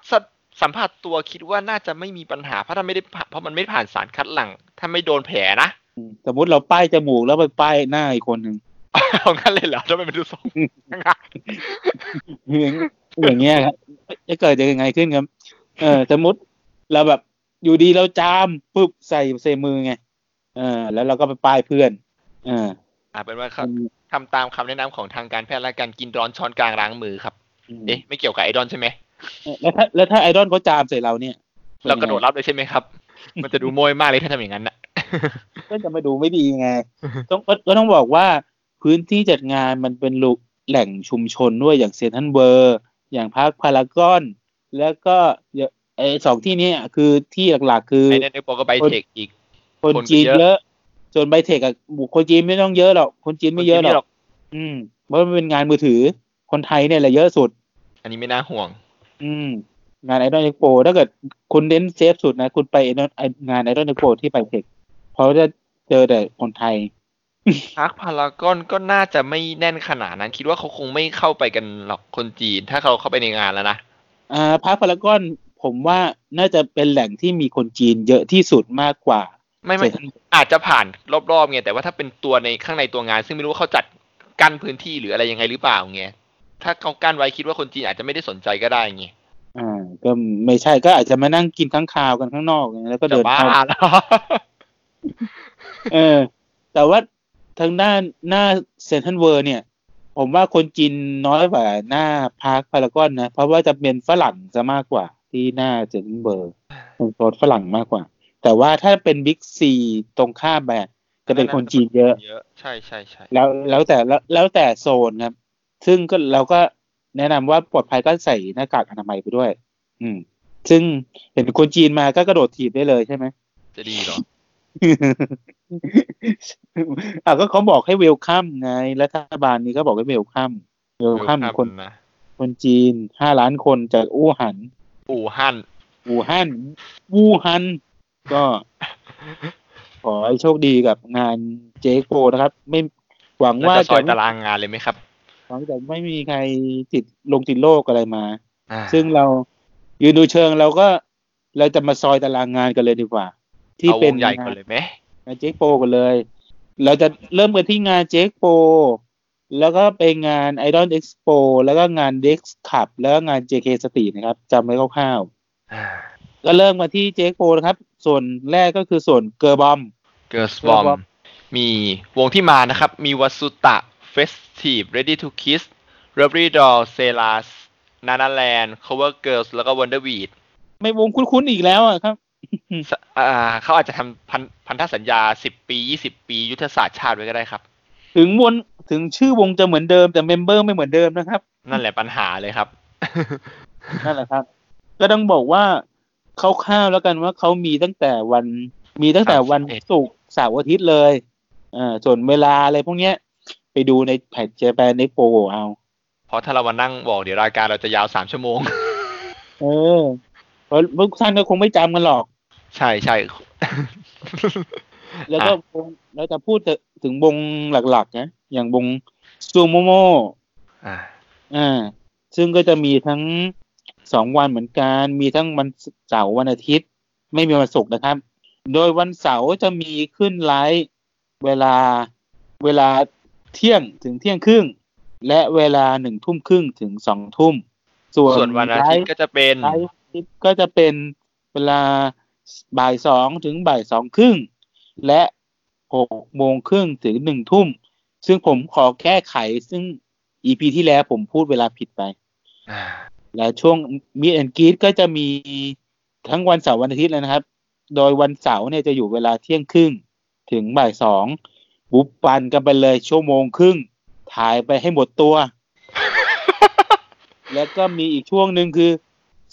สะสัมผัสตัวคิดว่าน่าจะไม่มีปัญหาเพราะถ้าไม่ได้ผ่านเพราะมันไม่ผ่านสารคัดหลั่ง ถ้าไม่โดนแผลนะ อืมสมมติเราป้ายจมูกแล้วไปป้ายหน้าอีกคนหนึ่ง เอางั้นเลยเหรอทำไมมันดูทรง อย่างอย่างเงี้ยครับจะเกิดจะยังไงขึ้นครับ เออ สมมติเราแบบอยู่ดีเราจามปุ๊บใส่ใส่มือไง เออ แล้วเราก็ไปป้ายเพื่อน เออ อ่าเป็นว่าครับทำตามคำแนะนำของทางการแพทย์และการกินร้อนช้อนกลางล้างมือครับ เอ๊ะไม่เกี่ยวกับไอดอนใช่ไหม แล้วถ้าแล้วถ้าไอดอลเขาจามใส่เราเนี่ย เรากระโดดรับเลยใช่ไหมครับ มันจะดูโมยมากเลยถ้าทำอย่างนั้น นะ ก็จะมาดูไม่ดี ไง ต้องก็ก็ต้องบอกว่าพื้นที่จัดงานมันเป็นลุกแหล่งชุมชนด้วยอย่างเซนทันเบอร์ อย่างพาร์คพารากอน แล้วก็อย่าไอสองที่เนี้คือที่หลักๆ คือ ไอ้นั่นเดี๋ยวบอกก็ไปเทคอีก คน คนก็ จีน เยอะ เยอะ ส่วนไบเทคอะบุคคนจีนไม่ต้องเยอะหรอก คนจีนไม่เยอะหรอก อืม เพราะมันเป็นงานมือถือ คนไทยเนี่ยแหละเยอะสุด อันนี้ไม่น่าห่วง อืม งานไอดอลเอ็กโปถ้าเกิดคุณเน้นเซฟสุดนะ คุณไป Idol ไอ้งานไอดอลเอ็กโปที่ไบเทคเพราะจะเจอแต่คนไทย พาร์คพารากอนก็น่าจะไม่แน่นขนาดนั้น คิดว่าเขาคงไม่เข้าไปกันหรอกคนจีน ถ้าเขาเข้าไปในงานแล้วนะ อ่าพาร์คพารากอนผมว่าน่าจะเป็นแหล่งที่มีคนจีนเยอะที่สุดมากกว่า ไม่ไม่ เซ็นทรัล อาจจะผ่านรอบๆไงแต่ว่าถ้าเป็นตัวในข้างในตัวงาน ซึ่งไม่รู้ว่าเขาจัดกั้นพื้นที่หรืออะไรยังไงหรือเปล่าไงถ้าเขากั้นไว้คิดว่าคนจีนอาจจะไม่ได้สนใจก็ได้ไง อ่า ก็ไม่ใช่ก็อาจจะมานั่งกินข้างคาวกันข้างนอกแล้วก็ จะ เดิน บ้า เข้า แล้ว เออ แต่ว่าทางด้านหน้าเซนทรัลเวิร์เนี่ย ผมว่าคนจีนน้อยกว่าหน้าพาร์คพารากอนนะ เพราะว่าจะเป็นฝรั่งจะมากกว่าที่หน้าเซนทรัลเวิร์เป็นโซนฝรั่งมากกว่า แต่ว่าถ้าเป็นบิ๊กซีตรงข้ามไปอะจะเป็นคนจีนเยอะ เยอะใช่ใช่ใช่ แล้วแล้วแต่แล้วแล้วแต่โซนครับ ซึ่งก็เราก็แนะนำว่าปลอดภัยก็ใส่หน้ากากอนามัยไปด้วย อืม ซึ่งเห็นคนจีนมาก็กระโดดถีบได้เลยใช่ไหม จะดีเหรอ อ่ะก็เขาบอกให้เวลคัมไง รัฐบาลนี้ก็บอกให้เวลคัมเวลคัม เดี๋ยว คน นะ คนจีนห้าล้านคนจากอู่หัน อู่ฮั่น อู่ฮั่นวูฮัน ก็ ขอให้โชคดีกับงานเจโกนะครับ ไม่หวังว่า เราจะซอย ไม่ ตารางงานเลยไหมครับ หวังจะไม่มีใครติดลงติดโรคอะไรมา อ่า ซึ่งเรายืนดูเชิงเราก็ เราจะมาซอยตารางงานกันเลยดีกว่า ที่ เอาว เป็น งใหญ่ก่อนเลยไหม งานเจ๊กโปกันเลย เราจะเริ่มกันที่งานเจ๊กโป แล้วก็ไปงาน Idol Expo แล้วก็งาน Dex Club แล้วก็งาน JK Street นะครับจำไว้คร่าว อ่า ๆ ก็เริ่มมาที่เจ๊กโปนะครับ ส่วนแรกก็คือส่วนเกอร์บอม Girls Girl Bomb Bomb มีวงที่มานะครับ มีวัสุตะ Festive Ready to Kiss Rubbery Doll s e l a s Nana Land Cover Girls แล้วก็ Wonder Weed ไม่วงคุ้นๆอีกแล้วอะครับ อ่าเขาอาจจะทำพันพันธสัญญา 10 ปี 20 ปียุทธศาสตร์ชาติไว้ก็ได้ครับ ถึงมวนถึงชื่อวงจะเหมือนเดิมแต่เมมเบอร์ไม่เหมือนเดิมนะครับ นั่นแหละปัญหาเลยครับ นั่นแหละครับ ก็ต้องบอกว่าคร่าวๆแล้วกันว่าเขามีตั้งแต่วันมีตั้งแต่วัน 31 ศุกร์เสาร์อาทิตย์เลยเอ่าส่วนเวลาอะไรพวกเนี้ย ไปดูในแพจเจแปนในโปเอา เพราะถ้าเรามานั่งบอกเดี๋ยวรายการเราจะยาว 3 ชั่วโมง เออ เพราะพวกท่านก็คงไม่จำกันหรอก ใช่ใช่ แล้วก็วงเราจะพูดถึงวงหลักๆนะอย่างวงซูโมโม อ่า อ่า ซึ่งก็จะมีทั้งสองวันเหมือนกัน มีทั้งวันเสาร์วันอาทิตย์ ไม่มีวันศุกร์นะครับ โดยวันเสาร์จะมีขึ้นไลฟ์เวลาเวลาเที่ยงถึงเที่ยงครึ่ง และเวลาหนึ่งทุ่มครึ่งถึงสองทุ่ม ส่วน ส่วนวันอาทิตย์ก็จะเป็น ไลฟ์อาทิตย์ก็จะเป็นเวลาบ่ายสองถึงบ่ายสองครึ่ง และหกโมงครึ่งถึงหนึ่งทุ่ม ซึ่งผมขอแก้ไขซึ่ง EP ที่แล้วผมพูดเวลาผิดไป อ่า และช่วงมีแอนกีตก็จะมีทั้งวันเสาร์วันอาทิตย์เลยนะครับ โดยวันเสาร์เนี่ยจะอยู่เวลาเที่ยงครึ่งถึงบ่ายสองบุบปันกันไปเลยชั่วโมงครึ่ง ถ่ายไปให้หมดตัว แล้วก็มีอีกช่วงหนึ่งคือ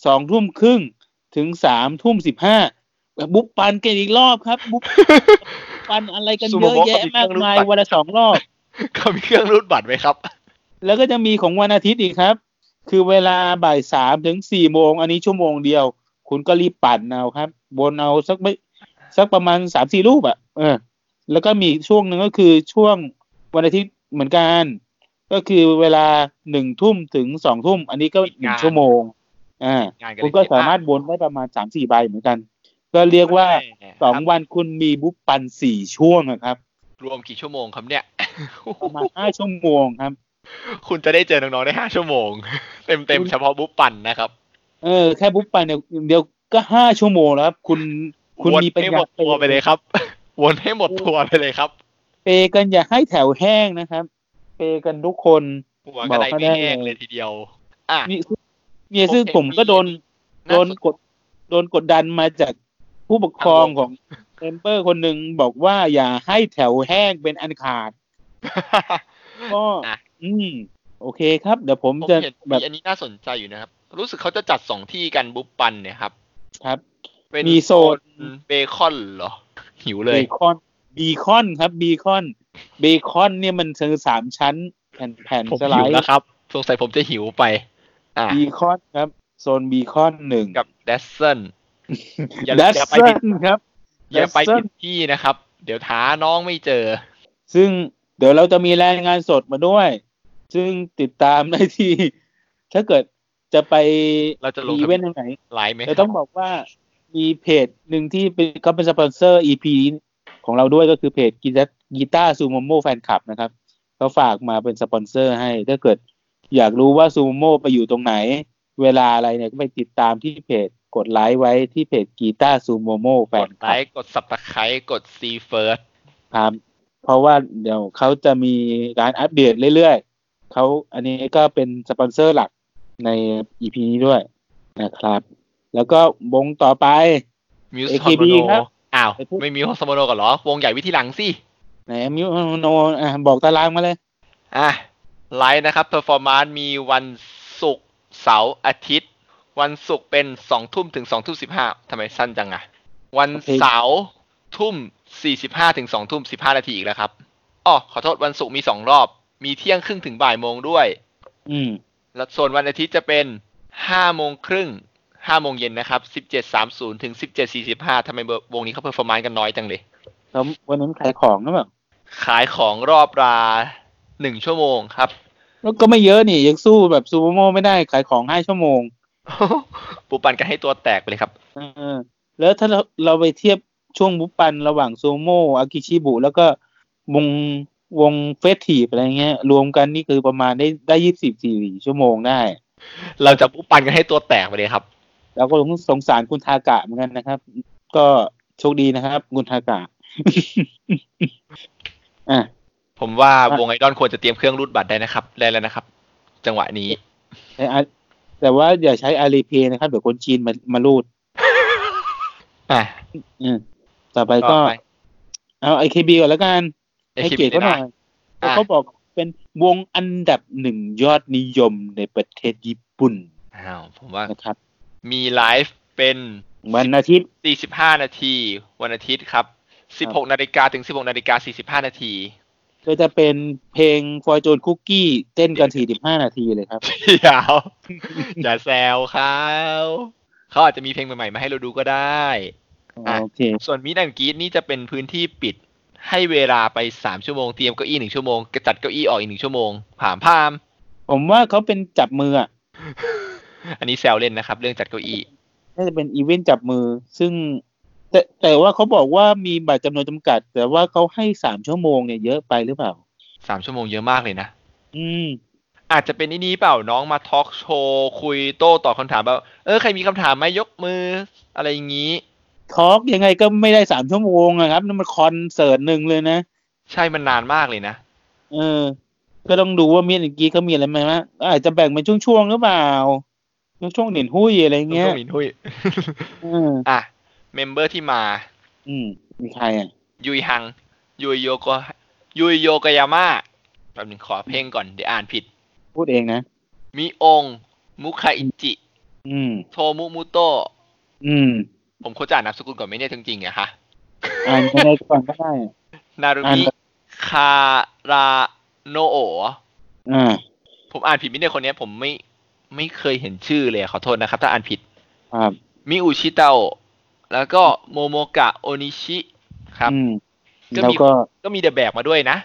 สองทุ่มครึ่งถึงสามทุ่มสิบห้าบุบปันกันอีกรอบครับ บุบปันอะไรกันเยอะแยะมากมายวันละสองรอบ เขามีเครื่องรูดบัตรไหมครับ แล้วก็จะมีของวันอาทิตย์อีกครับ คือเวลาบ่ายสามถึงสี่โมง อันนี้ชั่วโมงเดียว คุณก็รีบปั่นเอาครับ บนเอาสักไม่สักประมาณสามสี่รูปอะ่ะ เออ แล้วก็มีอีกช่วงหนึ่งก็คือช่วงวันอาทิตย์เหมือนกัน ก็คือเวลาหนึ่งทุ่มถึงสองทุ่ม อันนี้ก็หนึ่งชั่วโมง อ่า งานน คุณก็สามารถวนได้ประมาณสามสี่ใบเหมือนกัน ก็เรียกว่าสองวันคุณมีบุ๊ปปันสี่ช่วงอะครับ รวมกี่ชั่วโมงครับเนี่ย ประมาณห้าชั่วโมงครับ คุณจะได้เจอน้องๆได้ห้าชั่วโมง เต็มเต็มๆเฉพาะบุ๊ปปั่นนะครับ เออแค่บุ๊บไปเนี่ยเดียวก็ห้าชั่วโมงแล้วครับ คุณคุณ วน มีปัญ ให้ ญา หมดตัวไปเลยครับ วนให้หมดตัวไปเลยครับ เปย์กันอย่าให้แถวแห้งนะครับ เปย์กันทุกคน หัวกระไดไม่แห้งเลยทีเดียว อ่ะ นี่เนี่ยซึ่งผมก็โดนโดนกดโดนกดดันมาจากผู้ปกครอง ครับ ของเมมเบอร์คนหนึ่งบอกว่าอย่าให้แถวแห้งเป็นอันขาด ก็ อ่ะ อืม โอเคครับ เดี๋ยวผม ผม จะ เห็น แบ มี บ อันนี้น่าสนใจอยู่นะครับ รู้สึกเขาจะจัดสองที่กันบุ๊ปปันเนี่ยครับ ครับ เป็น มีโซน เบคอนเหรอ หิวเล เบ ย คอนบีคอนครับบีคอนเบคอนเนี่ยมันคือสามชั้น แผ่นแผ่น ผม สไล หิว ด์ แล้วครับ สงสัยผมจะหิวไป อ่ะ บีคอนครับ โซนบีคอนหนึ่ง กับเดสเซ นอย่า ดัส อย่าไป เซิ ผิด นครับ อย่าไป Datsun ผิดที่นะครับ เดี๋ยวท้าน้องไม่เจอ ซึ่งเดี๋ยวเราจะมีรายงานสดมาด้วย ซึ่งติดตามได้ที่ ถ้าเกิดจะไป เราจะลง อี ทะ เว เบีย น น ต์ตรงไหน ไลน์ไหมจะครับ ต้องบอกว่ามีเพจหนึ่งที่เป็นก็เป็นสปอนเซอร์ EP ของเราด้วยก็คือเพจกีตาร์กีตาร์ซูโมโมแฟนคลับนะครับเขาฝากมาเป็นสปอนเซอร์ให้ ถ้าเกิดอยากรู้ว่าซูโมโมไปอยู่ตรงไหน เวลาอะไรเนี่ยก็ไปติดตามที่เพจกดไลค์ไว้ที่เพจกีตาร์ซูโมโมแฟ ก น ด ค ไล ลับ ค์กดสับตะไคร้กดซีเฟิร์ส ครับเพราะว่าเดี๋ยวเขาจะมีการอัปเดตเรื่อยๆเขาอันนี้ก็เป็นสปอนเซอร์หลักใน EP นี้ด้วยนะครับ แล้วก็วงต่อไป มิวส์ฮอ AKB ร์โมโน ครับ อ้าว ไปพูด ไม่มีฮอร์โมโนก่อนเหรอ วงใหญ่วิธีหลังสิ ไหนมิวโนอ่ะบอกตารางมาเลย อ่ะไลฟ์นะครับเพอร์ฟอร์มานมีวันศุกร์เสาร์อาทิตย์ วันศุกร์เป็นสองทุ่มถึงสองทุ่มสิบห้าทำไมสั้นจังอะวันเสาร์ทุ่มสี่สิบห้าถึงสองทุ่มสิบห้านาทีอีกแล้วครับอ๋อขอโทษวันศุกร์มีสองรอบ มีเที่ยงครึ่งถึงบ่ายโมงด้วย อืม แล้วส่วนวันอาทิตย์จะเป็นห้าโมงครึ่งห้าโมงเย็นนะครับสิบเจ็ดสามศูนย์ถึงสิบเจ็ดสี่สิบห้าทำไมวงนี้เขาเพอร์ฟอร์มานกันน้อยจังเลย เขาวันนั้นขายของหรือเปล่า ขายของรอบราหนึ่งชั่วโมงครับ แล้วก็ไม่เยอะนี่ยังสู้แบบซูเปอร์โมไม่ได้ขายของห้าชั่วโมง ปูปันกันให้ตัวแตกไปเลยครับ เออแล้วถ้าเราเราไปเทียบช่วงบุปปันระหว่างซูโมอากิชิบุแล้วก็วงวงเฟสทีฟอะไรเงี้ย รวมกันนี่คือประมาณได้ได้ยี่สิบสี่ชั่วโมงได้ เราจะปูปันกันให้ตัวแตกไปเลยครับ เราก็สงสารคุณทากะเหมือนกันนะครับ ก็โชคดีนะครับ คุณทากะ อ่ะ ผมว่าวงไอดอลควรจะเตรียมเครื่องรูดบัตรได้นะครับได้แล้วนะครับ จังหวะนี้ แต่อาแต่ว่าอย่าใช้อารีเพย์นะครับ เดี๋ยวคนจีนมามารูด อ่ะ อืมต่อไป ต่ ก็ อไป เอาไอเคบีก่อนแล้วกัน ให้ AKB เกียรติเขาหน่อยเพนะราะเขาบอกเป็นวงอันดับหนึ่งยอดนิยมในประเทศญี่ปุ่น อ้าวผมว่า นะครับ มีไลฟ์เป็น วันอาทิตย์ 45 นาที วันอาทิตย์ครับ 16 นาฬิกาถึง 16 นาฬิกา45 นาที ก็จะเป็นเพลงฟอยโจนคุกกี้เต้นกันสี่สิบห้านาทีเลยครับ ยาว อย่าแซวเขาเขาอาจจะมีเพลงใหม่ๆมาให้เราดูก็ได้ โอเค ส่วนมินันกรีดนี่จะเป็นพื้นที่ปิดให้เวลาไปสามชั่วโมงเตรียมเก้าอี้หนึ่งชั่วโมงกระจัดเก้าอี้ออกอีกหนึ่งชั่วโมงผ่ามพาม ผมว่าเขาเป็นจับมืออะ อันนี้แซวเล่นนะครับ เรื่องจัดเก้าอี้ น่าจะเป็นอีเวนต์จับมือ ซึ่ง แต่แต่ว่าเขาบอกว่ามีบัตรจำนวนจำกัด แต่ว่าเขาให้สามชั่วโมงเนี่ยเยอะไปหรือเปล่า สามชั่วโมงเยอะมากเลยนะ อืม อาจจะเป็นนี่นี้เปล่าน้องมาทอล์กโชว์คุยโต้ตอบคำถามแบบเออใครมีคำถามไหมยกมือ อะไรอย่างนี้ ทอล์กยังไงก็ไม่ได้สามชั่วโมงนะครับนั่นมันคอนเสิร์ตหนึ่งเลยนะ ใช่มันนานมากเลยนะ เออ ก็ต้องดูว่ามีดอังกี้เขามีอะไรไหมวะอาจจะแบ่งเป็นช่วงๆหรือเปล่า ช่วงๆหนินหุ้ยอะไรเงี้ย ต้องมีนุ้ย เออ อ่ะ เมมเบอร์ที่มา อืม มีใครอ่ะ ยุยฮัง ยุยโยโกยุยโยโกยาม่าแป๊บนึงขอเพลงก่อน เดี๋ยวอ่านผิด พูดเองนะ มิองมุคาอิจิ อืม โทมุมุโตะ อืม ผมควรจะอ่านนามสกุลก่อนไหมเนี่ยจริงๆอะฮะ อ่านอะไรก่อนก็ได้ นารุ อ่าน มิ ก่อน คาราโนโอะ อ่า ผมอ่านผิดไหมเนี่ยคนเนี้ย ผมไม่ไม่เคยเห็นชื่อเลยขอโทษนะครับ ถ้าอ่านผิด ครับ มิอุชิตาโอะแล้วก็โมโมกะโอนิชิ ครับ อืม ก็มี แล้วก็ ก็มีเดอะแบกมาด้วยนะ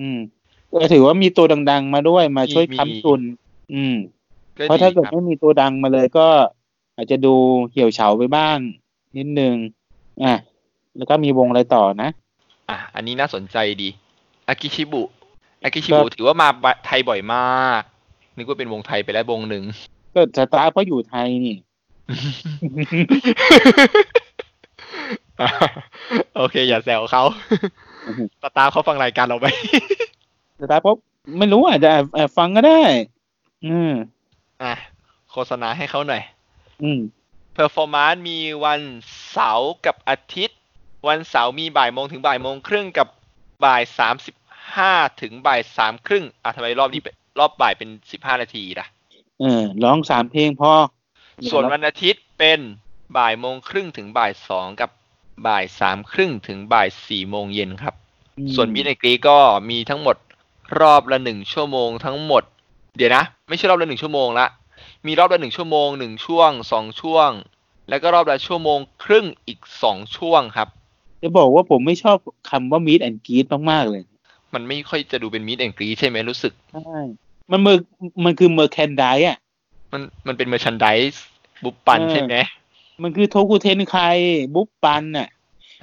อืม ก็ถือว่ามีตัวดัง ๆ มาด้วยมาช่วย มี ค้ำจุน อืม ก็ เพราะ ดี ถ้าเกิด ครับ ไม่มีตัวดังมาเลยก็ อาจจะดูเหี่ยวเฉาไปบ้าง นิดนึง อ่ะ แล้วก็มีวงอะไรต่อนะ อ่ะอันนี้น่าสนใจดีอากิชิบุอากิชิบุถือว่ามาไทยบ่อยมาก นึกว่าเป็นวงไทยไปแล้ววงหนึ่ง ก็สตาร์ก็อยู่ไทยนี่ อ่ะโอเค อย่าแซวเขา อือฮึ สตาร์เขาฟังรายการเราไหม สตาร์ก็ไม่รู้อาจจะแอบแอบฟังก็ได้ อืม อ่ะโฆษณาให้เขาหน่อย อืม เพอร์ฟอร์มานซ์มีวันเสาร์กับอาทิตย์ วันเสาร์มีบ่ายโมงถึงบ่ายโมงครึ่งกับบ่ายสามสิบห้าถึงบ่ายสามครึ่งอ่ะทำไมรอบนี้เป็นรอบบ่ายเป็นสิบห้านาทีล่ะ เออ ร้องสามเพลงพอ ส่วนวันอาทิตย์เป็นบ่ายโมงครึ่งถึงบ่ายสองกับบ่ายสามครึ่งถึงบ่ายสี่โมงเย็นครับ อืม ส่วนมิดในกรีก็มีทั้งหมดรอบละหนึ่งชั่วโมงทั้งหมด เดี๋ยวนะ ไม่ใช่รอบละหนึ่งชั่วโมงละ มีรอบละหนึ่งชั่วโมงหนึ่งช่วงสองช่วง แล้วก็รอบละชั่วโมงครึ่งอีกสองช่วงครับ จะบอกว่าผมไม่ชอบคำว่ามีดแอนกีดมาก ๆ เลย มันไม่ค่อยจะดูเป็นมิดแอนกรีใช่ไหมรู้สึก ใช่ มันมือมันคือเมอร์แคนไดอ่ะ มันมันเป็นเมอร์ชันไดส์บุปปัน เออ ใช่ไหม มันคือโทกุเทนไคบุ๊ปปันอ่ะ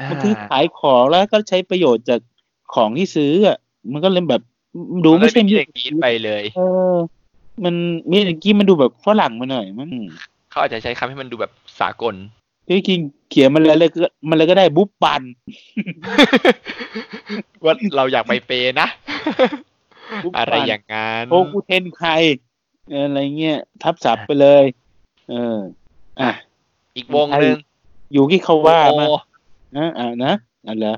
มันคือ อ่า ขายของแล้วก็ใช้ประโยชน์จากของที่ซื้ออ่ะ มันก็เลยแบบดูไม่ใช่ น มีดมิดแอนกรีไปเลย เออ มันมีดแอนกีดมันดูแบบฝรั่งมาหน่อยมั้ง เขาอาจจะใช้คำให้มันดูแบบสากล ที่จริงเขียนมันเลยเลยก็มันเลยก็ได้บุ๊ปปัน ว่าเราอยากไปเปย์นะ ทุก อะไร วัน อย่างนั้น โทกุเทนไคเอออะไรเงี้ยทับศัพท์ไปเลยเออ อ่ะ อีกวงหนึ่ง อยู่ที่เขาว่า โอ มานะอ่านะอ่ะเหรอ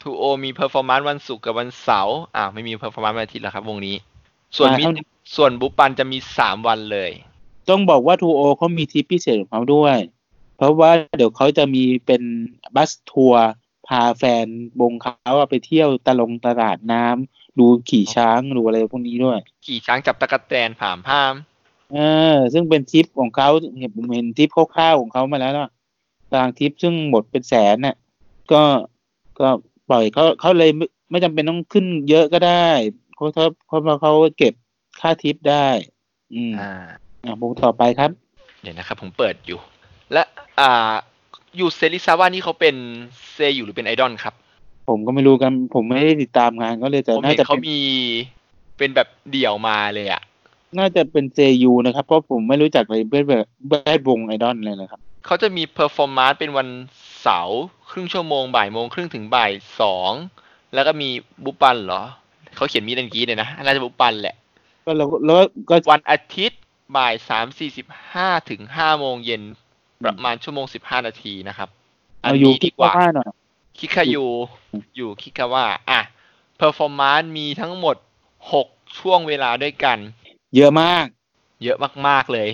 ทูโอมีเพอร์ฟอร์มนซ์วันศุกร์กับวันเสาร์อ้าวไม่มีเพอร์ฟอร์มนซ์วันอาทิตย์แล้วครับ วงนี้ ส่วนมินส่วนบุปปันจะมีสามวันเลย ต้องบอกว่าทูโอเขามีทริปพิเศษของเขาด้วย เพราะว่าเดี๋ยวเขาจะมีเป็นบัสทัวร์พาแฟนวงเขาอะไปเที่ยวตะลงตลาดน้ำดูขี่ช้างดูอะไรพวกนี้ด้วย ขี่ช้างจับตะกั่แตนผ่ามห้าม เออ ซึ่งเป็นทริปของเขาเห็นผมเห็นทริปคร่าวๆของเขามาแล้วเนาะตารางทริปซึ่งหมดเป็นแสนน่ะ ก็ก็ปล่อยเขาเขาเลยไม่ไม่จำเป็นต้องขึ้นเยอะก็ได้เขาเขาเขาเขาเก็บค่าทริปได้ อืม อ่า อ่ะวงต่อไปครับ เดี๋ยวนะครับ ผมเปิดอยู่ และอ่าอยู่เซริซาว่านี่เขาเป็นเซอยู่หรือเป็นไอดอลครับ ผมก็ไม่รู้กัน ผมไม่ได้ติดตามงานก็เลยแต่ ผม น่า เห็น จะ เขา เป็น มีเป็นแบบเดี่ยวมาเลยอะ น่าจะเป็นเซยูนะครับ เพราะผมไม่รู้จักเลยเบสแบบเบสวงไอดอลเลยนะครับ เขาจะมีเพอร์ฟอร์ม c e เป็นวันเสาร์ครึ่งชั่วโมงบ่ายโมงครึ่งถึงบ่ายสองแล้วก็มีบุปปันเหรอ เขาเขียนมีดันกี้เนี่ยนะน่าจะบุปปันแหละ ก็เราแล้วก็ วันอาทิตย์บ่ายสามสี่สิบห้าถึงห้าโมงเย็นประมาณชั่วโมงสิบห้านาทีนะครับอัน เอาอยู่ นี้ดี ที่ กว่า ว่าหน่อย คิคายูอยู่คิคาว่าอ่ะเพอร์ฟอร์ม c e มีทั้งหมดหกช่วงเวลาด้วยกัน เยอะมาก เยอะมาก ๆ เลย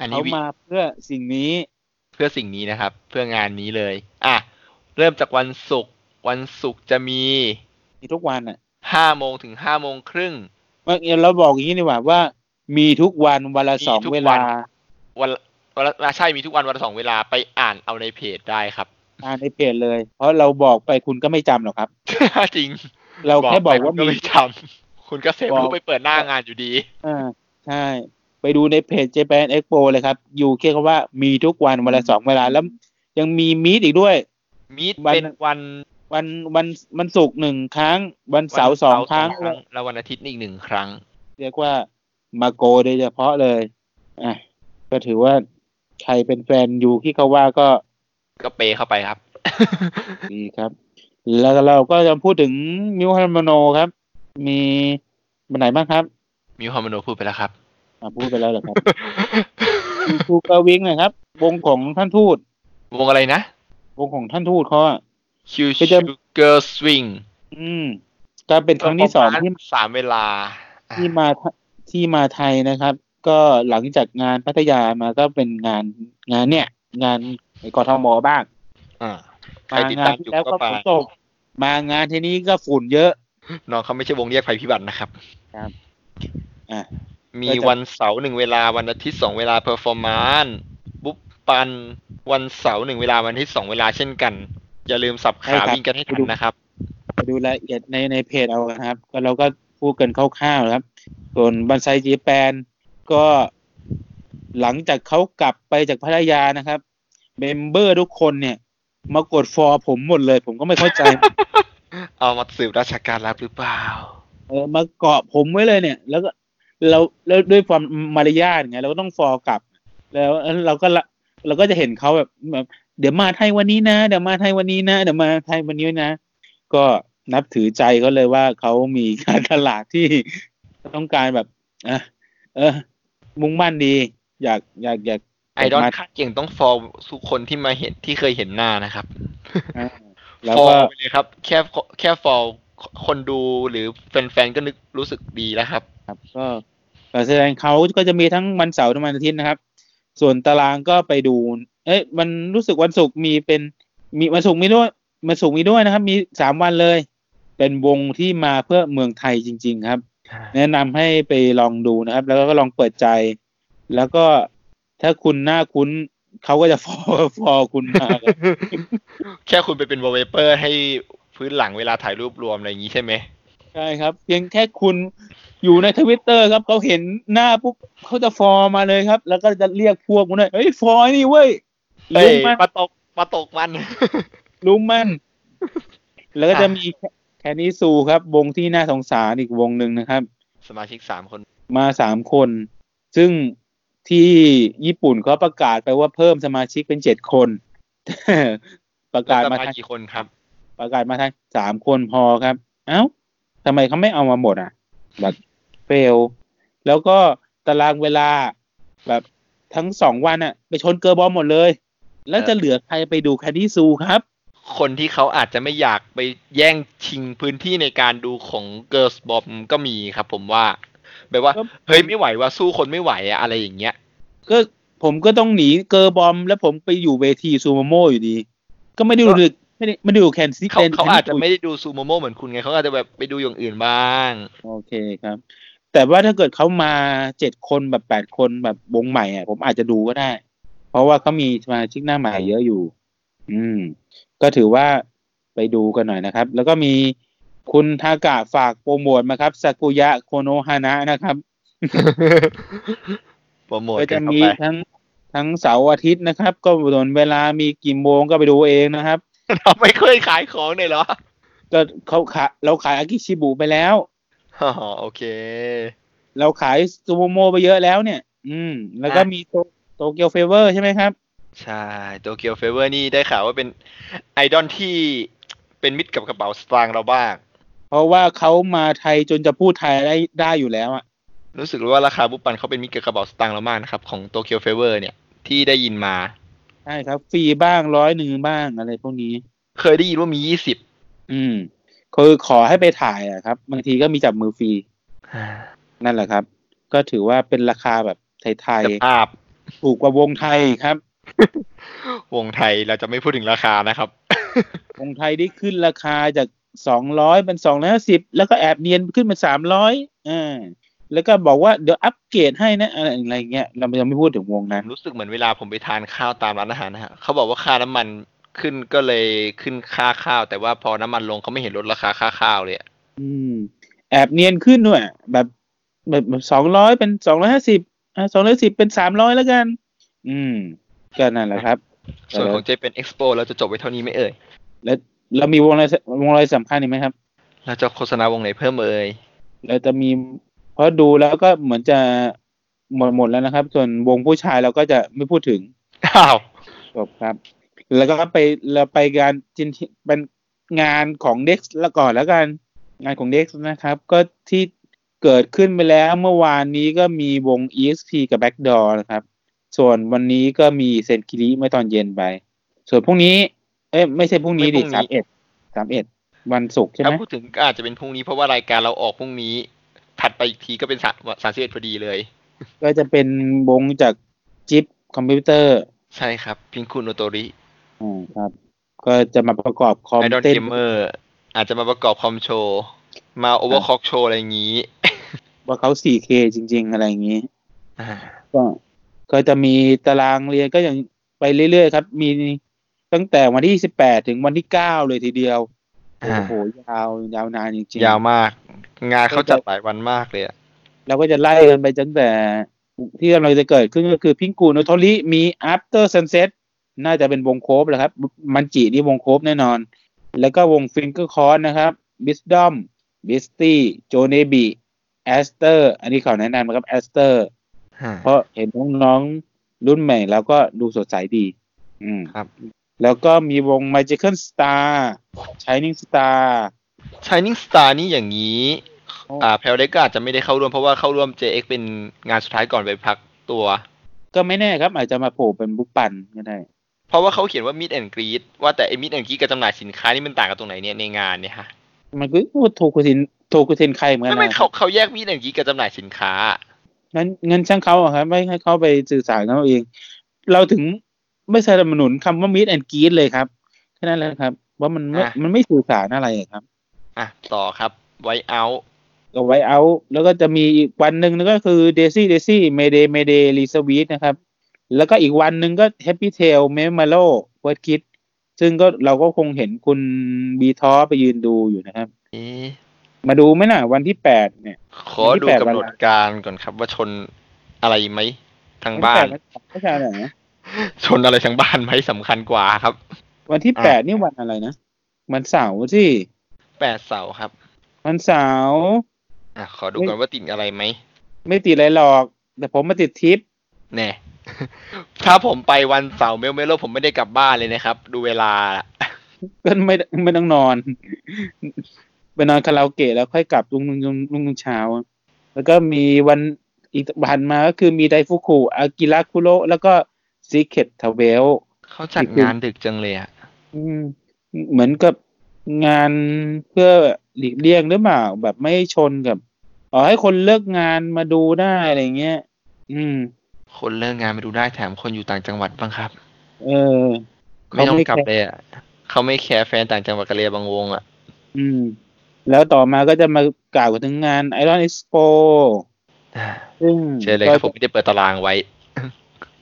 อันนี้ เขา วิ มาเพื่อสิ่งนี้ เพื่อสิ่งนี้นะครับ เพื่องานนี้เลย อ่ะ เริ่มจากวันศุกร์วันศุกร์จะมี มีทุกวันอ่ะ ห้าโมงถึงห้าโมงครึ่ง ว่าเราบอกอย่างนี้ดีกว่าว่า มีทุกวันวันละ มี สอง ทุก เว วั ลาน วันละวันละอ่ะใช่มีทุกวันวันละสองเวลาไปอ่านเอาในเพจได้ครับ อ่านในเพจเลย เพราะเราบอกไปคุณก็ไม่จำหรอกครับ จริง เราแค่บอก ไป ว่า คุณก็ มี ไม่จำคุณก็เซฟ บอก รูปไปเปิดหน้างานอยู่ดี อ่าใช่ ไปดูในเพจ Japan Expo เลยครับ อยู่เขียนคำว่ามีทุกวันวันละสองเวลาแล้ว ยังมีมีดอีกด้วย มีด วัน เป็นวัน วันวันวันศุกร์หนึ่งครั้ง วันเสาร์สองครั้ง แล้ววันอาทิตย์อีกหนึ่งครั้ง เรียกว่ามาโกโดยเฉพาะเลยอ่ะก็ถือว่าใครเป็นแฟนยูที่เขาว่าก็ ก็เปเข้าไปครับ ดีครับ แล้วเราก็จะพูดถึงมิวฮันโมโนครับ มี มันไหนบ้างครับ มิวฮอร์โมโนพูดไปแล้วครับ อ่ะพูดไปแล้วเหรอครับ ทูกวิงหนะครับ วงของท่านทูต วงอะไรนะ วงของท่านทูตเขาอะ คิว ไป ชู เจอ เกิร์ลสวิง อืมการเป็นครั้งที่สองที่ สามเวลาอ่ะ ที่มาที่มาไทยนะครับ ก็หลังจากงานพัทยามาก็เป็นงานงานเนี่ย งานในกทมบ้าง อ่ะใคร มาง ติด งา ตาน มอ ที่ ยู่ แล้ว ก็ ก็ ไป ฝนตกมางานที่นี้ก็ฝุ่นเยอะ น้องเขาไม่ใช่วงเรียกภัยพิบัตินะครับ ครับอ่ะ มี ก็จะ วันเสาร์หนึ่งเวลาวันอาทิตย์สองเวลาเพอร์ฟอร์มานบุ๊ปปัน วันเสาร์หนึ่งเวลาวันอาทิตย์สองเวลาเช่นกัน อย่าลืมสับ ใช่ ขา ครับ วิ่งกันให้ทันนะครับ ไปดูรายละเอียดในในเพจเอานะครับ ก็เราก็พูดกันคร่าวๆนะครับ ส่วนบันไซจีแปนก็หลังจากเขากลับไปจากพัทยานะครับ เมมเบอร์ทุกคนเนี่ย มากดฟอร์ผมหมดเลย ผมก็ไม่เข้าใจ เอามาสืบราชการรับหรือเปล่า เออมาเกาะผมไว้เลยเนี่ย แล้วก็เราแล้วด้วยความมารยาทไงเราก็ต้องฟอร์กลับ แล้วเราก็ละเราก็จะเห็นเขาแบบแบบเดี๋ยวมาไทยวันนี้นะ เดี๋ยวมาไทยวันนี้นะ เดี๋ยวมาไทยวันนี้นะ ก็นับถือใจเขาเลยว่าเขามีการตลาดที่ ต้องการแบบอ่ะเออ มุ่งมั่นดี อยากอยากอยาก ไอดอล มา ค่าเก่งต้องฟอลทุกคนที่มาเห็นที่เคยเห็นหน้านะครับ อ่ะแล้ว ฟอล ก็ ไปเลยครับ แค่แค่ฟอลคนดูหรือแฟนๆ ก็นึกรู้สึกดีแล้วครับ ครับก็การแสดงเขาก็จะมีทั้งวันเสาร์ทั้งวันอาทิตย์นะครับ ส่วนตารางก็ไปดู เอ๊ะมันรู้สึกวันศุกร์มีเป็น มีวันศุกร์มีด้วยวันศุกร์มีด้วยนะครับ มีสามวันเลย เป็นวงที่มาเพื่อเมืองไทยจริง ๆ ครับ แนะนำให้ไปลองดูนะครับ แล้วก็ลองเปิดใจ แล้วก็ถ้าคุณหน้าคุ้นเขาก็จะฟอ ฟอคุณมาครับ แค่คุณไปเป็นวอลเปเปอร์ให้พื้นหลังเวลาถ่ายรูปรวมอะไรอย่างนี้ใช่ไหม ใช่ครับ เพียงแค่คุณอยู่ในทวิตเตอร์ครับเขาเห็นหน้าปุ๊บเขาจะฟอร์มาเลยครับ แล้วก็จะเรียกพวกมันเลยเฮ้ยฟอร์ไอ้นี่เว้ย เฮ้ ลุ ย มมัน มาตกมาตกมัน ลุมมัน แล้วก็จะ อ่ะ มีแคนนี้ซูครับ วงที่น่าสงสารอีกวงหนึ่งนะครับ สมาชิกสามคน มาสามคน ซึ่งที่ญี่ปุ่นเขาประกาศไปว่าเพิ่มสมาชิกเป็นเจ็ดคน ประกาศ แล้ว มา จะมา ทาง กี่คนครับ ประกาศมาทางสามคนพอครับ เอ้าทำไมเขาไม่เอามาหมดอ่ะ แบบเฟล แล้วก็ตารางเวลาแบบทั้งสองวันอ่ะ ไปชนเกอร์บอลหมดเลย แล้วจะเหลือใครไปดูแคดดี้ซูครับ คนที่เขาอาจจะไม่อยากไปแย่งชิงพื้นที่ในการดูของเกิร์ b บอมก็มีครับผมว่า แบบว่า ครับ เฮ้ยไม่ไหวว่าสู้คนไม่ไหวอะอะไรอย่างเงี้ย ก็ผมก็ต้องหนีเกอร์บอม แล้วผมไปอยู่เวทีซูโมโมอยู่ดี ก็ไม่ได้ดูไม่ได้ไม่ได้ดูแคนซี่ เขา เป็น เขา แคน อาจ ซี่ จะ ซู ไม่ได้ดูซูโมโมเหมือนคุณไงเขาอาจจะแบบไปดูอย่างอื่นบ้าง โอเคครับ แต่ว่าถ้าเกิดเขามาเจ็ดคนแบบแปดคนแบบวงใหม่อ่ะ ผมอาจจะดูก็ได้ เพราะว่าเขามีสมาชิกหน้าใหม่เยอะอยู่ อืม ก็ถือว่าไปดูกันหน่อยนะครับ แล้วก็มีคุณทากะฝากโปรโมทมาครับซากุยะโคโนฮานะนะครับ โปรโมท ก็ กั จะ นเข้า มี ไป ทั้งทั้งเสาร์อาทิตย์นะครับ ก็ส่วนเวลามีกี่โมงก็ไปดูเองนะครับ เราไม่เคยขายของเลยเหรอ ก็เขาขายเราขายอากิชิบุไปแล้ว อ๋อโอเค เราขายซูโมโมไปเยอะแล้วเนี่ย อืม แล้วก็ อ่ะ มีโตโตเกียวเฟเวอร์ใช่ไหมครับ ใช่โตเกียวเฟเวอร์นี่ได้ข่าวว่าเป็นไอดอลที่เป็นมิตรกับกระเป๋าสตางค์เราบ้าง เพราะว่าเขามาไทยจนจะพูดไทยได้ได้อยู่แล้วอ่ะ รู้สึกว่าราคาบุปปันเขาเป็นมิตรกับกระเป๋าสตางค์เรามากนะครับ ของโตเกียวเฟเวอร์เนี่ยที่ได้ยินมา ใช่ครับ ฟรีบ้างร้อยหนึ่งบ้างอะไรพวกนี้ เคยได้ยินว่ามียี่สิบ อืม คือขอให้ไปถ่ายอ่ะครับ บางทีก็มีจับมือฟรี นั่นแหละครับ ก็ถือว่าเป็นราคาแบบไทย อาบ ๆ ถูกกว่าวงไทยครับ วงไทยเราจะไม่พูดถึงราคานะครับ วงไทยได้ขึ้นราคาจากสองร้อยเป็นสองร้อยสิบแล้วก็แอบเนียนขึ้นเป็นสามร้อยอ่า แล้วก็บอกว่าเดี๋ยวอัปเกรดให้นะอะไรอะไรเงี้ย เรายังไม่พูดถึงวง ผ นั้น มรู้สึกเหมือนเวลาผมไปทานข้าวตามร้านอาหารนะฮะเขาบอกว่าค่าน้ำมันขึ้นก็เลยขึ้นค่าข้าว แต่ว่าพอน้ำมันลงเขาไม่เห็นลดราคาค่าข้าวเลยอะ อืม แอบเนียนขึ้นด้วยแบบแบบสองร้อยเป็นสองร้อยห้าสิบอ่าสองร้อยสิบเป็นสามร้อยแล้วกัน อืม ก็นั่นแหละครับ ส่วนของเจเป็นเอ็กซ์โปเราจะจบไว้เท่านี้ไหมเอ่ย แล้วเรามีวงอะไรวงอะไรสำคัญอีกไหมครับ เราจะโฆษณาวงไหนเพิ่มเอ่ย เราจะมีเพราะดูแล้วก็เหมือนจะหมดหมดแล้วนะครับ ส่วนวงผู้ชายเราก็จะไม่พูดถึง อ้าว จบครับ แล้วก็ไปเราไปงานจินเป็นงานของเด็กซ์ละก่อนแล้วกัน งานของเด็กซ์นะครับ ก็ที่ เกิดขึ้นไปแล้วเมื่อวานนี้ก็มีวง EXP กับ Backdoor นะครับ ส่วนวันนี้ก็มีเซนคิริเมื่อตอนเย็นไป ส่วนพรุ่งนี้ เอ้ยไม่ใช่พรุ่งนี้ดิ ไม่พรุ่งนี้ สามเอ็ดสามเอ็ดวันศุกร์ใช่ไห ถ้าม พูดถึงก็อาจจะเป็นพรุ่งนี้เพราะว่ารายการเราออกพรุ่งนี้ ถัดไปอีกทีก็เป็นสามสิบเอ็ดพอดีเลย ก็จะเป็นวงจากจิ๊บคอมพิวเตอร์ ใช่ครับพิงคุณโนโตริ อ่าครับ ก็จะมาประกอบคอม ไอดอล เต้น เกมเมอร์อาจจะมาประกอบคอมโชว์ มาโอเวอร์คอกโชว์อะไรอย่างนี้ ว่าเขา 4K จริง ๆ อะไรอย่างนี้ อ่า ก็ก็จะมีตารางเรียนก็อย่างไปเรื่อยๆครับ มีตั้งแต่วันที่ 18 ถึงวันที่ 9 เลยทีเดียว โอ้โห ยาวยาวนานจริงๆ ยาวมาก งานเขาจัดหลายวันมากเลยอะ เราก็จะไล่กันไปตั้งแต่ที่กำลังจะเกิดขึ้นก็คือพิงกูโนโทริมี after sunset น่าจะเป็นวงโคบแหละครับ มันจีนี่วงโคบแน่นอน แล้วก็วงฟิงเกอร์คอนนะครับบิสดอมบิสตี้โจเนบีแอสเตอร์อันนี้ขอแนะนำนะครับแอสเตอร์ อ่า เพราะเห็นน้องๆรุ่นใหม่แล้วก็ดูสดใสดี อืม ครับ แล้วก็มีวง Magical Star Shining Star ชายนิ่งสตาร์นี่อย่างนี้ อ๋ออ่ อ่าแพลเล็กก็อาจจะไม่ได้เข้าร่วมเพราะว่าเข้าร่วม JX เป็นงานสุดท้ายก่อนไปพักตัว ก็ไม่แน่ครับ อาจจะมาโผล่เป็นบุปปันก็ได้ เพราะว่าเขาเขียนว่า Meet and Greet ว่าแต่ไอ้ Meet and Greet กับจำหน่ายสินค้านี่มันต่างกันตรงไหนเนี่ยในงานเนี่ยฮะ มันก็โทคุสินโทคุสินใครเหมือนกั ไม่ น ไม่ นะ เขาเขาแยก Meet and Greet กับจำหน่ายสินค้า งั้นเงินช่างเขาอะครับ ไม่ให้เขาไปสื่อสารกันเขาเอง เราถึงไม่สนับสนุนคำว่ามิดแอนกีดเลยครับแค่นั้นแหละครับ ว่ามันไม่ อ่ะ มันไม่สื่อสารอะไรอะครับ อ่ะต่อครับไวเอา ก็ไว้เอา แล้วก็จะมีอีกวันหนึ่งก็คือเดซี่เดซี่เมเดเมเดรีสวีทนะครับ แล้วก็อีกวันหนึ่งก็แฮปปี้เทลเมม a โลเวิร์ดคิดซึ่งก็เราก็คงเห็นคุณบีท้อไปยืนดูอยู่นะครับ เอ๊ะ มาดูไหมน่ะ วันที่แปดเนี่ย ขอวันที่ดูแปด กำหนดการก่อนครับว่าชนอะไรไหมทางบ้าน วันที่แปดไม่ใช่อะไรนะ ชนอะไรทางบ้านไหมสำคัญกว่าครับ วันที่แปดนี่วันอะไรนะวันเสาร์ที่ แปดเสาร์ครับ วันเสาร์ อ่ะขอดูก่อนว่าติดอะไรไหม ไม่ติดอะไรหรอก แต่ผมมาติดทิป แน่ ถ้าผมไปวันเสาร์เมลเมโลผมไม่ได้กลับบ้านเลยนะครับ ดูเวลา ก็ไม่ไม่ต้องนอน ไปนอนคาราโอเกะแล้วค่อยกลับลุงลุงลุงลุงเช้า แล้วก็มีวันอีกวันมาก็คือมีไดฟุคุอากิระคุโระแล้วก็ซีเค t ทเวล เขาจัดงานดึกจังเลยอะ อืมเหมือนกับงานเพื่อหลีกเลี่ยงหรือเปล่าแบบไม่ชนกับอ๋อให้คนเลิกงานมาดูได้อะไรเงี้ย อืม คนเลิกงานไม่ดูได้แถมคนอยู่ต่างจังหวัดบ้างครับ เออ ไม่ต้องกลับ เขาไม่ เลยอะเขาไม่แคร์แฟนต่างจังหวัดกันเลยบางวงอะ อืม แล้วต่อมาก็จะมากล่าวถึงงานไอรอนเอ็กซ์โป อ่ะ ซึ่ง เชิญเลยครับ ก็ ผมไม่ได้เปิดตารางไว้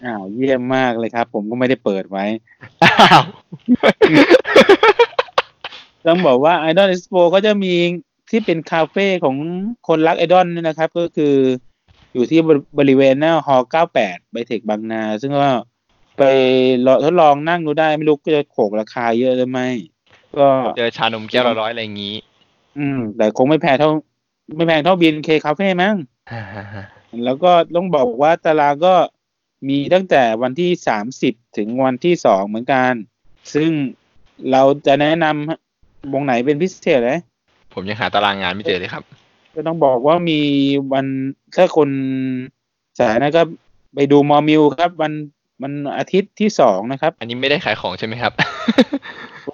อ้าวเยี่ยมมากเลยครับ ผมก็ไม่ได้เปิดไว้ อ้าว ต้องบอกว่าไอดอลเอ็กซ์โปก็จะมีที่เป็นคาเฟ่ของคนรักไอดอลเนี่ยนะครับ ก็คืออยู่ที่บริเวณหน้าฮอ98 ไบเทคบางนา ซึ่งก็ไปลองทดลองนั่งดูได้ไม่รู้ก็จะโขกราคาเยอะหรือไม่ ก็ เจอชานมแก้วละร้อยอะไรอย่างนี้ อืม แต่คงไม่แพงเท่า ไม่แพงเท่าบีนเคคาเฟ่มั้ง แล้วก็ต้องบอกว่าตารางก็มีตั้งแต่วันที่ 30 ถึงวันที่ 2 เหมือนกัน ซึ่งเราจะแนะนำวงไหนเป็นพิเศษเลย ผมยังหาตารางงานไม่เจอเลยครับ ก็ต้องบอกว่ามีวันถ้าคนสายนะก็ไปดูมอมิวครับ วันวันอาทิตย์ที่สองนะครับ อันนี้ไม่ได้ขายของใช่ไหม ครับ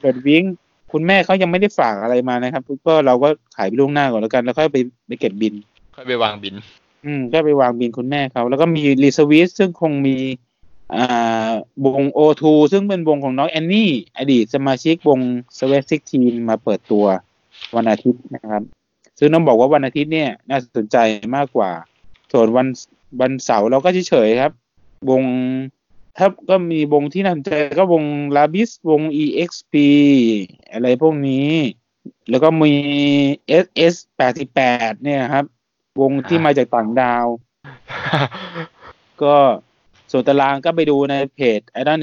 เปิดวิงคุณแม่เขายังไม่ได้ฝากอะไรมานะครับ ก็เราก็ขายไปล่วงหน้าก่อนแล้วกัน แล้วค่อยไปไปเก็บบิน ค่อยไปวางบิน อืมก็ไปวางบินคุณแม่เขา แล้วก็มีรีสวิสซึ่งคงมีอ่าวงโอทูซึ่งเป็นวงของน้องแอนนี่ อดีตสมาชิกวงสวีซิกทีนมาเปิดตัววันอาทิตย์นะครับ ซึ่งต้องบอกว่าวันอาทิตย์เนี่ย น่าสนใจมากกว่า ส่วนวันวันเสาร์เราก็เฉยๆครับ วงถ้าก็มีวงที่น่าสนใจก็วงลาบิสวง EXP อะไรพวกนี้ แล้วก็มี SS 88เนี่ยครับ วงที่ อ่าม มาจากต่างดาว ก็ส่วนตารางก็ไปดูในเพจ i d o l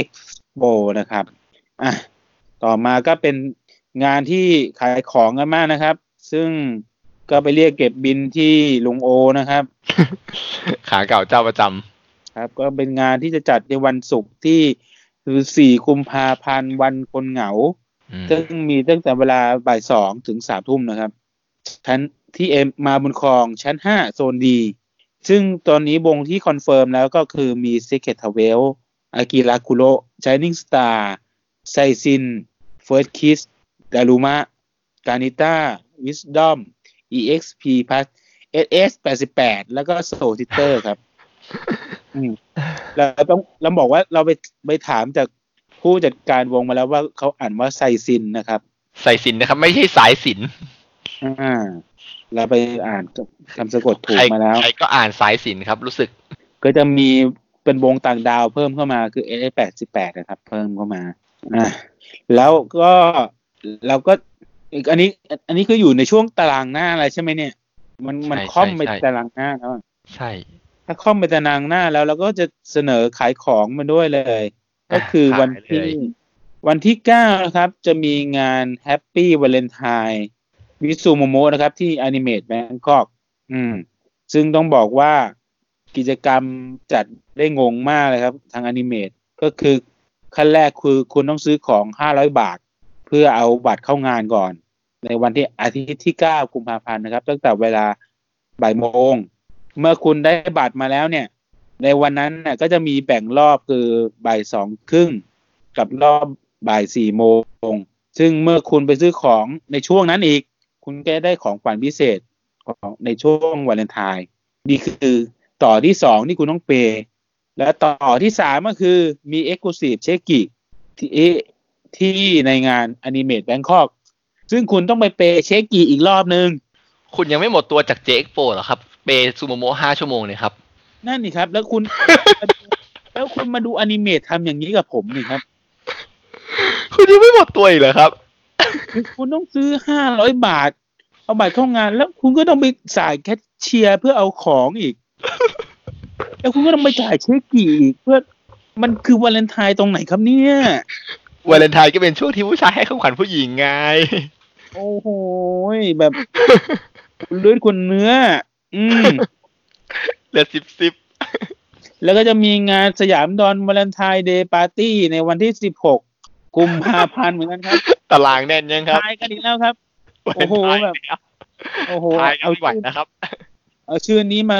Expo นะครับอ่ะต่อมาก็เป็นงานที่ขายของกันมากนะครับ ซึ่งก็ไปเรียกเก็บบินที่ลุงโอนะครับ ขาเก่าเจ้าประจำ ครับก็เป็นงานที่จะจัดในวันศุกร์ที่คือ 4 กุมภาพันธ์วันคนเหงา อืม ซึ่งมีตั้งแต่เวลาบ่ายสองถึงสามทุ่มนะครับ ชั้น ที่เอ็มมาบุญครองชั้นห้าโซนดี ซึ่งตอนนี้วงที่คอนเฟิร์มแล้วก็คือมี Secret t w e l อากิระคุโร Shining Star ไซซิน First Kiss ดารุมะกานิต้า Wisdom EXP Plus SS 88 แล้วก็ Soul Sister ครับ อืมเราต้องเราบอกว่าเราไปไปถามจากผู้จัดการวงมาแล้วว่าเขาอ่านว่าไซซินนะครับ สายสินนะครับ ไม่ใช่สายสิน อ่า เราไปอ่านกับคำสะกดถูก ใคร มาแล้ว ใครก็อ่านสายสินครับ รู้สึก ก็จะมีเป็นวงต่างดาวเพิ่มเข้ามาคือ LA88 นะครับ เพิ่มเข้ามาอ่าแล้วก็เราก็อีกอันนี้ อันนี้คืออยู่ในช่วงตารางหน้าอะไรใช่ไหมเนี่ย มันมัน ใช่ ค่อมไป ใช่ ตารางหน้าแล้วอะ ใช่ ถ้าค่อมไปตารางหน้าแล้วเราก็จะเสนอขายของมาด้วยเลย ก็คือวันที่ ขายเลย วันที่เก้านะครับ จะมีงาน Happy Valentine วิซูโมโมะนะครับ ที่ Animate Bangkok อืม ซึ่งต้องบอกว่ากิจกรรมจัดได้งงมากเลยครับ ทาง Animate ก็คือขั้นแรกคือคุณต้องซื้อของ 500 บาท เพื่อเอาบัตรเข้างานก่อน ในวันที่อาทิตย์ที่ 9 กุมภาพันธ์นะครับ ตั้งแต่เวลาบ่ายโมง เมื่อคุณได้บัตรมาแล้วเนี่ย ในวันนั้นน่ะก็จะมีแบ่งรอบคือบ่ายสองครึ่งกับรอบบ่ายสี่โมง ซึ่งเมื่อคุณไปซื้อของในช่วงนั้นอีก คุณก็ได้ของขวัญพิเศษของในช่วงวาเลนไทน์นี่คือต่อที่สองที่คุณต้องเปย์และต่อที่สามก็คือมีเอ็กซ์คลูซีฟเชกิที่ที่ในงานอนิเมตแบงคอกซึ่งคุณต้องไปเปย์เชกิอีกรอบนึง คุณยังไม่หมดตัวจาก JXPO หรอครับ เปย์ซูโมโมห้าชั่วโมงเนี่ยครับ นั่นนี่ครับ แล้วคุณ แล้วคุณมาดูอนิเมตทำอย่างนี้กับผมนี่ครับ คุณยังไม่หมดตัวอีกเหรอครับ คุณต้องซื้อห้าร้อยบาท เอาบัตรเข้างาน แล้วคุณก็ต้องไปจ่ายแคชเชียร์เพื่อเอาของอี ก แล้วคุณก็ต้องไปจ่ายเช็คกี่อีกเพื่อมันคือวาเลนไทน์ตรงไหนครับเนี่ย วาเลนไทน์ก็เป็นช่วงที่ผู้ชายให้ของขวัญผู้หญิงไง โอ้โหยแบบคุณเลือดคนเนื้อ อืม เหลือสิบสิบ แล้วก็จะมีงานสยามดอนวาเลนไทน์เดย์ปาร์ตี้ในวันที่สิบหกกุมภาพันธ์เหมือนกันครับ ตารางแน่นยังครับ ทายกันอีกแล้วครับ วาเลนไทน์แล้ว โอ้โห ทายเอาไหวนะครับ เอาชื่อนี้มา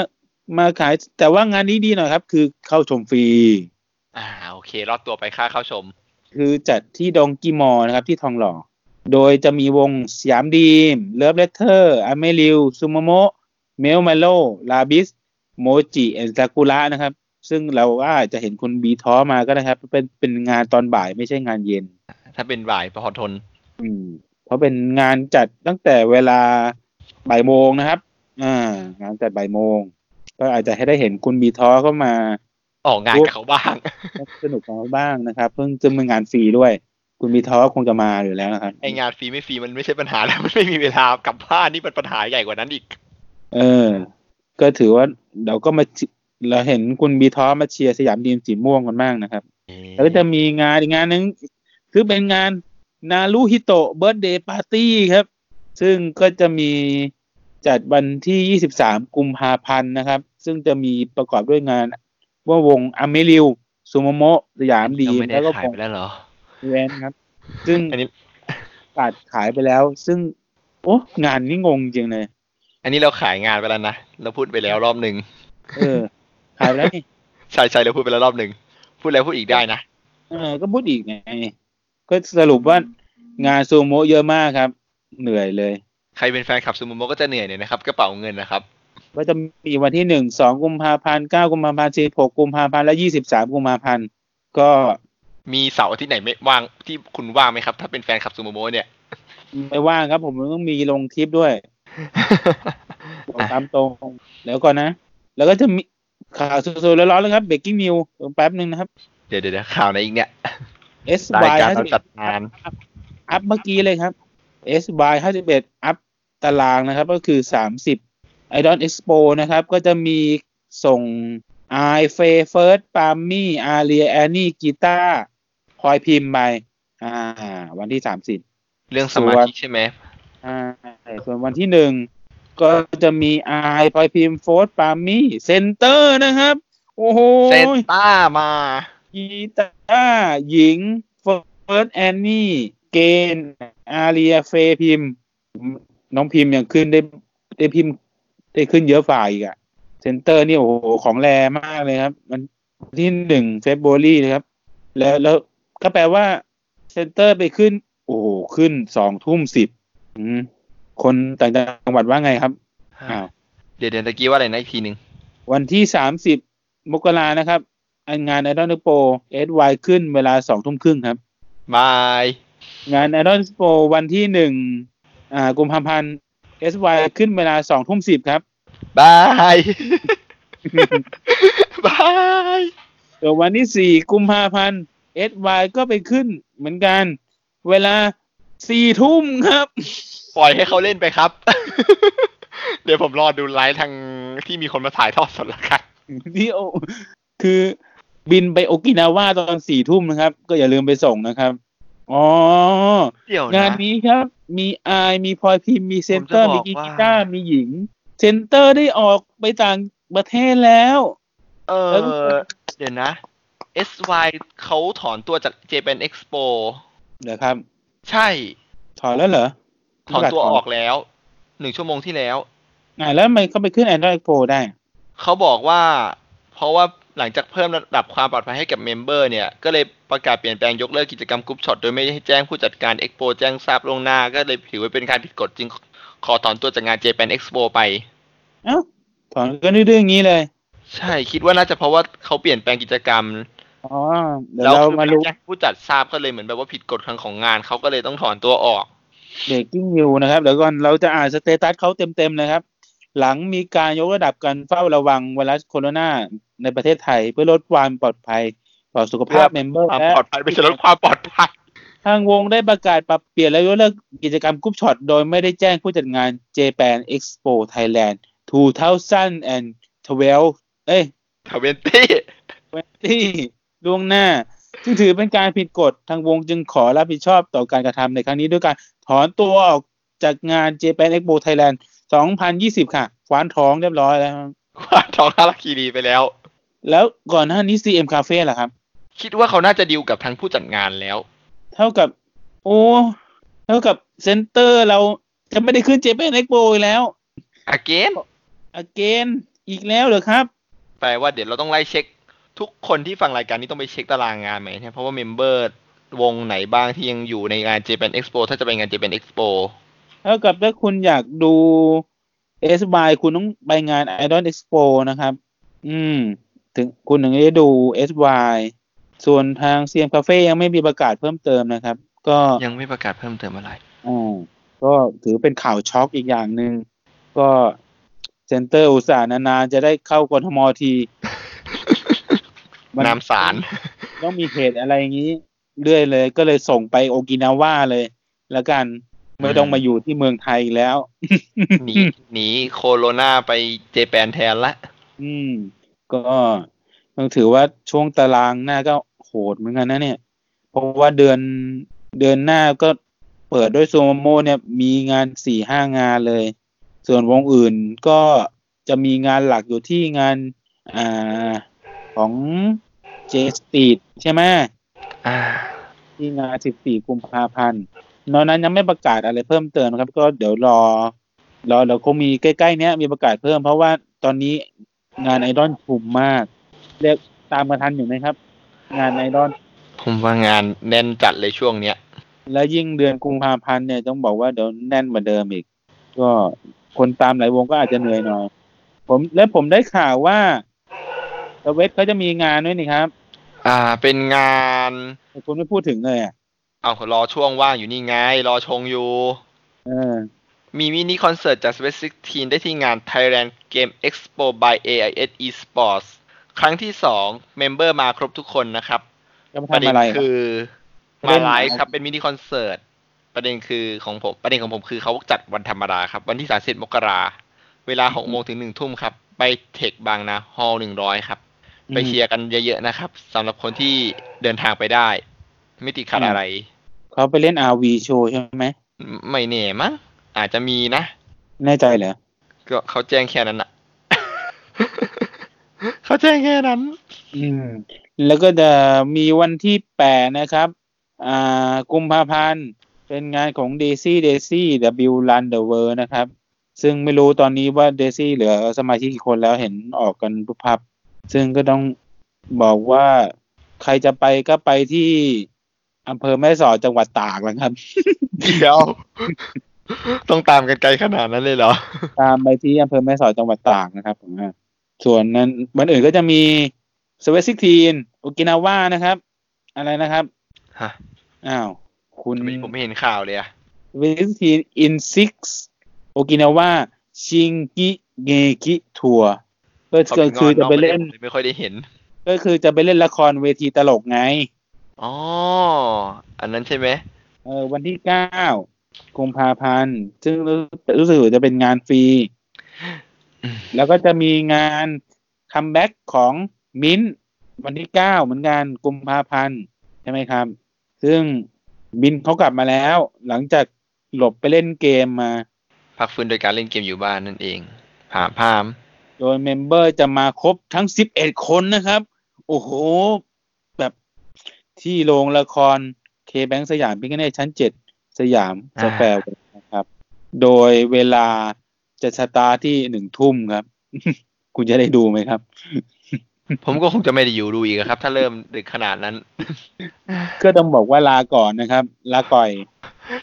มาขายแต่ว่างานนี้ดีหน่อยครับ คือเข้าชมฟรี อ่าโอเค รอดตัวไปค่าเข้าชม คือจัดที่ดองกีมอนะครับที่ทองหล่อ โดยจะมีวงสยามดีมเลิฟเลเทอร์อเมริวซูโมโมเมลมาโลลาบิสโมจิแอนซากุระนะครับ ซึ่งเราว่าจะเห็นคุณบีท้อมาก็นะครับ เป็นเป็นงานตอนบ่ายไม่ใช่งานเย็น ถ้าเป็นบ่ายพอทน อืมเพราะเป็นงานจัดตั้งแต่เวลาบ่ายโมงนะครับ อ่างานจัดบ่ายโมง ก็อาจจะให้ได้เห็นคุณบีท้อเข้ามา ออกงานกับเขาบ้าง สนุกของเราบ้างนะครับ เพิ่งจะมีงานฟรีด้วย คุณมีท้อคงจะมาอยู่แล้วนะครับ ไองานฟรีไม่ฟรีมันไม่ใช่ปัญหาแล้ว มันไม่มีเวลากลับบ้านนี่เป็นปัญหาใหญ่กว่านั้นอีก เออ ก็ถือว่าเราก็มาชิเราเห็นคุณบีท้อมาเชียร์สยามดีมสีม่วงกันบ้างนะครับ แล้วก็จะมีงานอีกงานหนึ่งคือเป็นงานนารูฮิโตะเบิร์ d เดย์ปาร์ตี้ครับ ซึ่งก็จะมีจัดวันที่ 23 กุมภาพันธ์นะครับ ซึ่งจะมีประกอบด้วยงานว่าวงอเมริวซูโมโมะสยามดี ยัมงไม่ได้ แล้วก็ ขายว ง ไปแล้วเหรอ แวนครับ ซึ่ง อันนี้ ตัดขายไปแล้ว ซึ่ง โอ้งานนี้งงจริงเลย อันนี้เราขายงานไปแล้วนะ เราพูดไปแล้วรอบหนึ่ง เออ ขายไปแล้วนี่ ใช่ใช่เราพูดไปแล้วรอบหนึ่ง พูดแล้วพูดอีกได้นะ เออ ก็พูดอีกไง ก็สรุปว่างานซูโมะเยอะมากครับ เหนื่อยเลย ใครเป็นแฟนคลับซูโมโมก็จะเหนื่อยเนี่อยนะครับกระเป๋าเงินนะครับ ก็จะมีวันที่หนึ่งสองกุมภาพันธ์เก้ากุมภาพันธ์สิบหกกุมภาพันธ์และยี่สิบสามกุมภาพันธ์ก็ มีเสาร์ที่ไหนไม่ว่างที่คุณว่างไหมครับ ถ้าเป็นแฟนคลับซูโมโมเนี่ย ไม่ว่างครับ ผมต้องมีลงคลิปด้วย บอก อ่ะ ตามตรงแล้วก่อนนะ แล้วก็จะมีข่าวสดๆร้อนๆเลยครับเบรกกิ้งนิวแป๊บหนึ่งนะครับ เดี๋ยวเดี๋ยวเดี๋ยวข่าวไหนอีกเนี่ย S ราย Y การเรา 51 จัดงาน อัพเมื่อกี้เลยครับ S by 51 อัพตารางนะครับ ก็คือ 30 Idol Expo นะครับ ก็จะมีส่ง I เฟเฟิร์สปามมี่อาเรียแอนนี่กีตาร์พลอยพิมพ์ไปอ่า วันที่ 30 เรื่องสมาธิใช่ไหม ใช่ส่วนวันที่หนึ่งก็จะมีไอพลอยพิมพ์โฟร์ปามี่เซนเตอร์นะครับ โอ้โห เซนต้ามา กีตาร์หญิงเฟิร์สแอนนี่ เกนอาเรียเฟย์พิมพ์ น้องพิมพ์ยังขึ้นได้ ได้พิมพ์ได้ขึ้นเยอะฝ่ายอีกอะเซนเตอร์นี่โอ้โหของแรงมากเลยครับ มันที่หนึ่งเฟบรีนะครับ แล้วแล้วก็แปลว่า เซนเตอร์ไปขึ้น โอ้โหขึ้นสองทุ่มสิบคนต่างจังหวัดว่าไงครับอ้าว เดี๋ยวเดี๋ยวตะกี้ว่าอะไรนะอีกทีหนึ่ง วันที่ 30 มกรานะครับ อันงานไอดอลนิโปเอสวขึ้นเวลาสองทุ่มครึ่งครับ บาย งานไอดอลนิโปวันที่หนึ่งอ่ากุมภาพันธ์เอสวขึ้นเวลาสองทุ่มสิบ ครับ บ ายบาย ส่วนวันที่สี่กุมภาพันธ์เอสวก็ไปขึ้นเหมือนกัน เวลาสี่ทุ่มครับ ปล่อยให้เขาเล่นไปครับ เดี๋ยวผมรอดูไลฟ์ทางที่มีคนมาถ่ายทอดสดละกัน ที่โอคือบินไปโอกินาว่าตอนสี่ทุ่มนะครับ ก็อย่าลืมไปส่งนะครับ อ๋อ เดี๋ยว งา นะ นนี้ครับ มีอาย มีพลอยพิมพ์ มีเซนเตอร์ ผม มี จะบอก กี ว่า ต้าร์มีหญิง เซนเตอร์ได้ออกไปต่างประเทศแล้ว เอ แล้วก็ อเดี๋ยวนะ SY เขาถอนตัวจาก Japan Expo เหรอครับ ใช่ ถอนแล้วเหรอ ถอนตัวออกแล้ว หนึ่งชั่วโมงที่แล้ว อ่าแล้วทำไมเขาไปขึ้นแอนดรอยโ o ได้ เขาบอกว่า เพราะว่าหลังจากเพิ่มระดับความปลอดภัยให้กับเมมเบอร์เนี่ย ก็เลยประกาศเปลี่ยนแปลงยกเลิกกิจกรรมกรุ๊ปช็อตโดยไม่ให้แจ้งผู้จัดการเอ็กโปแจ้งทราบล่วงหน้า ก็เลยถือว่าเป็นการผิดกฎจึงขอถอนตัวจากงาน Japan Expo ไป เอ้า ถอนก็ดื้อๆอย่างนี้เลย ใช่คิดว่าน่าจะเพราะว่าเขาเปลี่ยนแปลงกิจกรรม อ๋อ เดี๋ยวเรามารู้ แล้วผู้จัดทราบก็เลยเหมือนแบบว่าผิดกฎทางของงานเขาก็เลยต้องถอนตัวออก เบรกกิ้งนิวนะครับ เดี๋ยวก่อนเราจะอ่านสเตตัสเขาเต็มๆนะครับ หลังมีการยกระดับการเฝ้าระวังไวรัสโคโรนาในประเทศไทย เพื่อลดความปลอดภัยต่อสุขภาพเมมเบอร์ ความ และ ปลอดภัยไม่ใช่ลดความปลอดภัย ทางวงได้ประกาศปรับเปลี่ยนและยกเลิกกิจกรรมกรุ๊ปช็อตโดยไม่ได้แจ้งผู้จัดงาน Japan Expo Thailand 2012 เอ้ย ทเวนตี้ ที่ล่วงหน้า ซึ่งถือเป็นการผิดกฎทางวงจึงขอรับผิดชอบต่อการกระทำในครั้งนี้ด้วยการถอนตัวออกจากงาน Japan Expo Thailand 2020 ค่ะคว้านท้องเรียบร้อยแล้วครับ กว่าดทองฮาราคีรีไปแล้ว แล้วก่อนหน้านี้ CM Cafe ล่ะครับ คิดว่าเขาน่าจะดีลกับทางผู้จัดงานแล้ว เท่ากับ โอ้เท่ากับเซ็นเตอร์เราจะไม่ได้ขึ้น Japan Expo อีกแล้ว again อเกนอีกแล้วเหรอครับ แปลว่าเดี๋ยวเราต้องไล่เช็ค ทุกคนที่ฟังรายการนี้ต้องไปเช็คตารางงานไหมเนี่ยเพราะว่าเมมเบอร์วงไหนบ้างที่ยังอยู่ในงาน Japan Expo ถ้าจะไปงาน Japan Expo เท่ากับถ้าคุณอยากดูเอสบายคุณต้องไปงาน Idol Expo นะครับ อืม ถึงคุณถึงจะได้ดูเอสบายส่วนทางเซียมคาเฟ่ยังไม่มีประกาศเพิ่มเติมนะครับ ก็ ยังไม่ประกาศเพิ่มเติมอะไร อ่าก็ถือเป็นข่าวช็อกอีกอย่างหนึ่ง ก็เซ็นเตอร์อุตสาห์นานๆจะได้เข้ากทมทีมัน นามสาร ต้องมีเหตุอะไรอย่างนี้ เรื่อยเลย ก็เลยส่งไปโอกินาว่าเลย แล้วกันไม่ต้องมาอยู่ที่เมืองไทยอีกแล้ว หนีหนีโคโรนาไปเจแปนแทนละ อืม ก็ต้องถือว่าช่วงตารางหน้าก็โหดเหมือนกันนะเนี่ย เพราะว่าเดือนเดือนหน้าก็เปิดด้วยโซโมโมเนี่ยมีงานสี่ห้างานเลย ส่วนวงอื่นก็จะมีงานหลักอยู่ที่งานอ่าของเจสตีดใช่ไหม อ่า ที่งานสิบสี่กุมภาพันธ์นอกนั้นยังไม่ประกาศอะไรเพิ่มเติมนะครับ ก็เดี๋ยวรอ รอเดี๋ยวคงมีใกล้ๆเนี้ยมีประกาศเพิ่มเพราะว่าตอนนี้งานไอดอลถุ่มมาก เรียกตามกันทันอยู่ไหมครับ งานไอดอล ผมว่างานแน่นจัดเลยช่วงเนี้ย และยิ่งเดือนกุมภาพันธ์เนี่ยต้องบอกว่าเดี๋ยวแน่นกว่าเดิมอีก ก็คนตามหลายวงก็อาจจะเหนื่อยหน่อย ผมและผมได้ข่าวว่าสเวทเขาจะมีงานด้วยนี่ครับ อ่า เป็นงาน แต่คุณไม่พูดถึงเลยอ่ะ เอารอช่วงว่างอยู่นี่ไง รอชงอยู่ เออ มีมินิคอนเสิร์ตจาก Space 16 ได้ที่งาน Thailand Game Expo by AIS Esports ครั้งที่สองเมมเบอร์มาครบทุกคนนะครับ จะมา ประเด็ ทำ น อะไรครับ คือ เล่ มาน ไล อะไร ฟ์ครับ เป็นมินิคอนเสิร์ต ประเด็นคือของผม ประเด็นของผมคือเขาจัดวันธรรมดาครับ วันที่ 30 มกรา เวลา6โมงถึง 1 ทุ่มครับ ไปเทคบางนาฮอล100 ครับ ไปเชียร์กันเยอะๆนะครับสำหรับคนที่เดินทางไปได้ ไม่ติดขัดอะไร เขาไปเล่น RV โชว์ใช่ไหม ไม่แน่มั้งอาจจะมีนะ แน่ใจเหรอ ก็เขาแจ้งแค่นั้น อะ เขาแจ้งแค่นั้น อืม แล้วก็จะมีวันที่แปดนะครับ อ่ากุมภาพันธ์เป็นงานของ Daisy Daisy W Run the World นะครับ ซึ่งไม่รู้ตอนนี้ว่าเดซี่เหลือสมาชิกกี่คนแล้วเห็นออกกันพุบพับ ซึ่งก็ต้องบอกว่าใครจะไปก็ไปที่อำเภอแม่สอดจังหวัดตากแล้วครับ เดี๋ยว ต้องตามกันไกลขนาดนั้นเลยเหรอ ตามไปที่อำเภอแม่สอดจังหวัดตากนะครับผมว่าส่วนนั้นวันอื่นก็จะมีสวีซิกทีนโอกินาว่านะครับ อะไรนะครับ ฮะ อ้าวคุณ ทำไมผมไม่เห็นข่าวเลยอะ สวีซิกทีนอินซิกโอกินาว่าชิงกิเงกิทัวร์ก็ พอ คือ พี่ง คือจะไปเล่น องมัไม่ค่อยได้เห็น ก็คือจะไปเล่นละครเวทีตลกไง อ๋อ อันนั้นใช่ไหม เออวันที่เก้ากุมภาพันธ์ ซึ่งรู้รู้สึกว่าจะเป็นงานฟรี อืม แล้วก็จะมีงานคัมแบ็กของมิ้นท์วันที่เก้าเหมือนกันกุมภาพันธ์ใช่ไหมครับ ซึ่งบินเขากลับมาแล้ว หลังจากหลบไปเล่นเกมมา พักฟื้นโดยการเล่นเกมอยู่บ้านนั่นเองผ่าพาม โดยเมมเบอร์จะมาครบทั้ง 11 คนนะครับ โอ้โห แบบที่โรงละครเคแบงสยามพิกเนตชั้น 7 สยามสอ่าแควร์นะครับ โดยเวลาจะสตาร์ทที่หนึ่งทุ่มครับ คุณจะได้ดูไหมครับ ผมก็คงจะไม่ได้อยู่ดูอีกอะครับ ถ้าเริ่มดึกขนาดนั้น ก็ต้องบอกว่าลาก่อนนะครับ ลาก่อย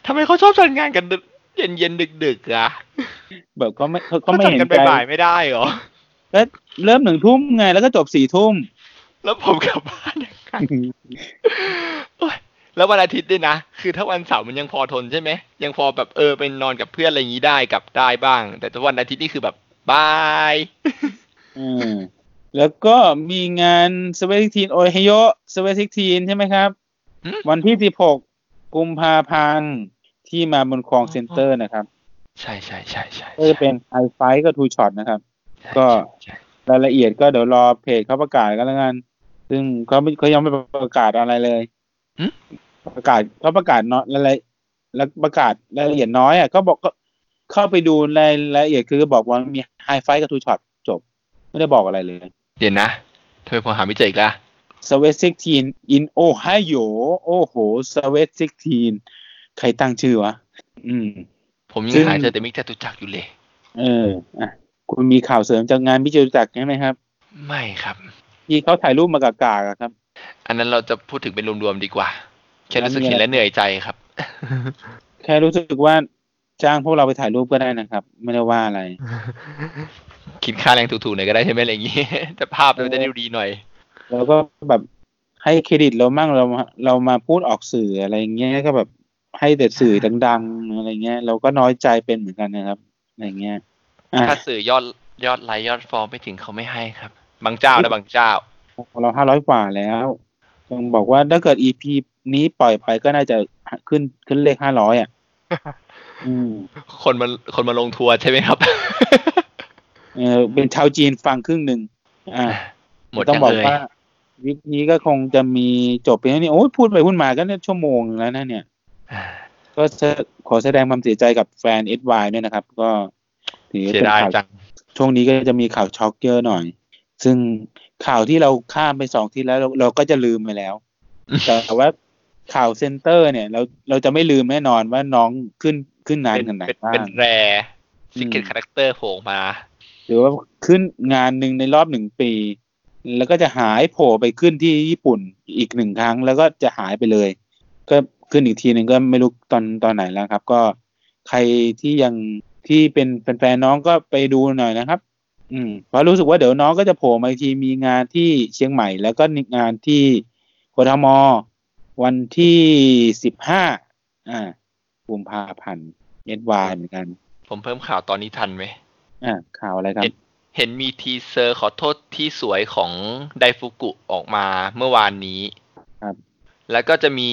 ทำไมเขาชอบจัดงานกันดึกเย็นเย็นดึกดึกๆอะ แบบก็ไม่เขา เขา เขาไม่ จัด เห็น กัน ใจ บ่ายๆไม่ได้เหรอ ก็เริ่มหนึ่งทุ่มไง แล้วก็จบสี่ทุ่ม แล้วผมกลับบ้านยังไงโอ๊ยแล้ววันอาทิตย์ด้วยนะ คือถ้าวันเสาร์มันยังพอทนใช่ไหม ยังพอแบบเออไปนอนกับเพื่อนอะไรอย่างนี้ได้กลับได้บ้าง แต่ถ้าวันอาทิตย์นี่คือแบบบาย อืมแล้วก็มีงานสเวซิกทีนโอไฮโยสเวซิกทีนใช่ไหมครับ หืม วันที่ 16 กุมภาพันธ์ที่มาบนคลองเซ็นเตอร์นะครับ ใช่ใช่ใช่ใช่ ก็จะเป็นไ i ไฟก็ทูช็อตนะครับ ใช่ ก็ ใช่ รายละเอียดก็เดี๋ยวรอเพจเขาประกาศกันแล้วกัน ซึ่งเขาไม่เขายังไม่ประกาศอะไรเลยประกาศเขาประกาศน้อยรายละแล้วประกาศรายละเอียดน้อยอ่ะก็บอกก็เข้าไปดูรายละเอียดคือบอกว่ามีไ i ไฟกับทูช็อตจบ ไม่ได้บอกอะไรเลย เดี๋ยวนะทำไมผมหาไม่เจออีกละ สเวตซิกทีนอินโอไฮโอโอ้โหสเวตซิกทีนใครตั้งชื่อวะ อืม ผมยั ซึ่ ง ง หาเจอแต่มิกจตุจักรอยู่เลย เอออ่ะคุณมีข่าวเสริมจากงานพิจิตรจักรใช่ไหมครับ ไม่ครับ ที่เขาถ่ายรูปมากับกากอะครับ อันนั้นเราจะพูดถึงเป็นรวมๆดีกว่า แค่รู้สึก แล้วมี เห็น อะไร และเหนื่อยใจ ครับ แค่รู้สึกว่าจ้างพวกเราไปถ่ายรูปก็ได้นะครับ ไม่ได้ว่าอะไร คิดค่าแรงถูกๆหน่อยก็ได้ใช่ไหมอะไรอย่างนี้ แต่ภาพเราจะได้ดูดีหน่อย แล้วก็แบบให้เครดิตเรามั่งเรามาเรามาพูดออกสื่ออะไรอย่างเงี้ยก็แบบให้แต่สื่อดังๆอะไรเงี้ยเราก็น้อยใจเป็นเหมือนกันนะครับอะไรเงี้ยอ่ะ ถ้าสื่อยอดยอดไลค์ยอดฟอลไม่ถึงเขาไม่ให้ครับ บาง เจ้านะบางเจ้า เราห้าร้อยกว่าแล้วต้องบอกว่าถ้าเกิด EP นี้ปล่อยไปก็น่าจะขึ้นขึ้นเลขห้าร้อยอ่ะ อืม คนมันคนมาลงทัวร์ใช่ไหมครับ เออเป็นชาวจีนฟังครึ่งหนึ่ง อ่า หมด ต้อ ยัง ง บอก เลย ว่า วิกนี้ก็คงจะมีจบเพียงเท่านี้โอ้ยพูดไปพูดมาก็เนี่ยชั่วโมงแล้วนะเนี่ย ก็จะขอแสดงความเสียใจกับแฟนเอสวด้วยนะครับ ก็ถือ เสีย เป็น ดาย ข่าว จัง ช่วงนี้ก็จะมีข่าวช็อกเยอะหน่อย ซึ่งข่าวที่เราข้ามไปสองที่แล้วเราเราก็จะลืมไปแล้ว แต่ว่าข่าวเซ็นเตอร์เนี่ย เราเราจะไม่ลืมแน่นอนว่าน้องขึ้นขึ้นงาน เป็น กันไหน เป็น บ้า เป็น ง แรซิกเก็ต อืม คาแรคเตอร์โผล่มา หรือว่าขึ้นงานหนึ่งในรอบหนึ่งปี แล้วก็จะหายโผล่ไปขึ้นที่ญี่ปุ่นอีกหนึ่งครั้ง แล้วก็จะหายไปเลย ก็ขึ้นอีกทีหนึ่งก็ไม่รู้ตอนตอนไหนแล้วครับ ก็ใครที่ยังที่เป็นแฟนๆน้องก็ไปดูหน่อยนะครับ อืมเพราะรู้สึกว่าเดี๋ยวน้องก็จะโผล่มาอีกทีมีงานที่เชียงใหม่ แล้วก็งานที่กทมวันที่สิบห้าอ่ากุมภาพันธ์เอ็ดวายเหมือนกัน ผมเพิ่มข่าวตอนนี้ทันไหม อ่าข่าวอะไรครับ เห็นมีทีเซอร์ขอโทษที่สวยของไดฟุกุออกมาเมื่อวานนี้ ครับ แล้วก็จะมี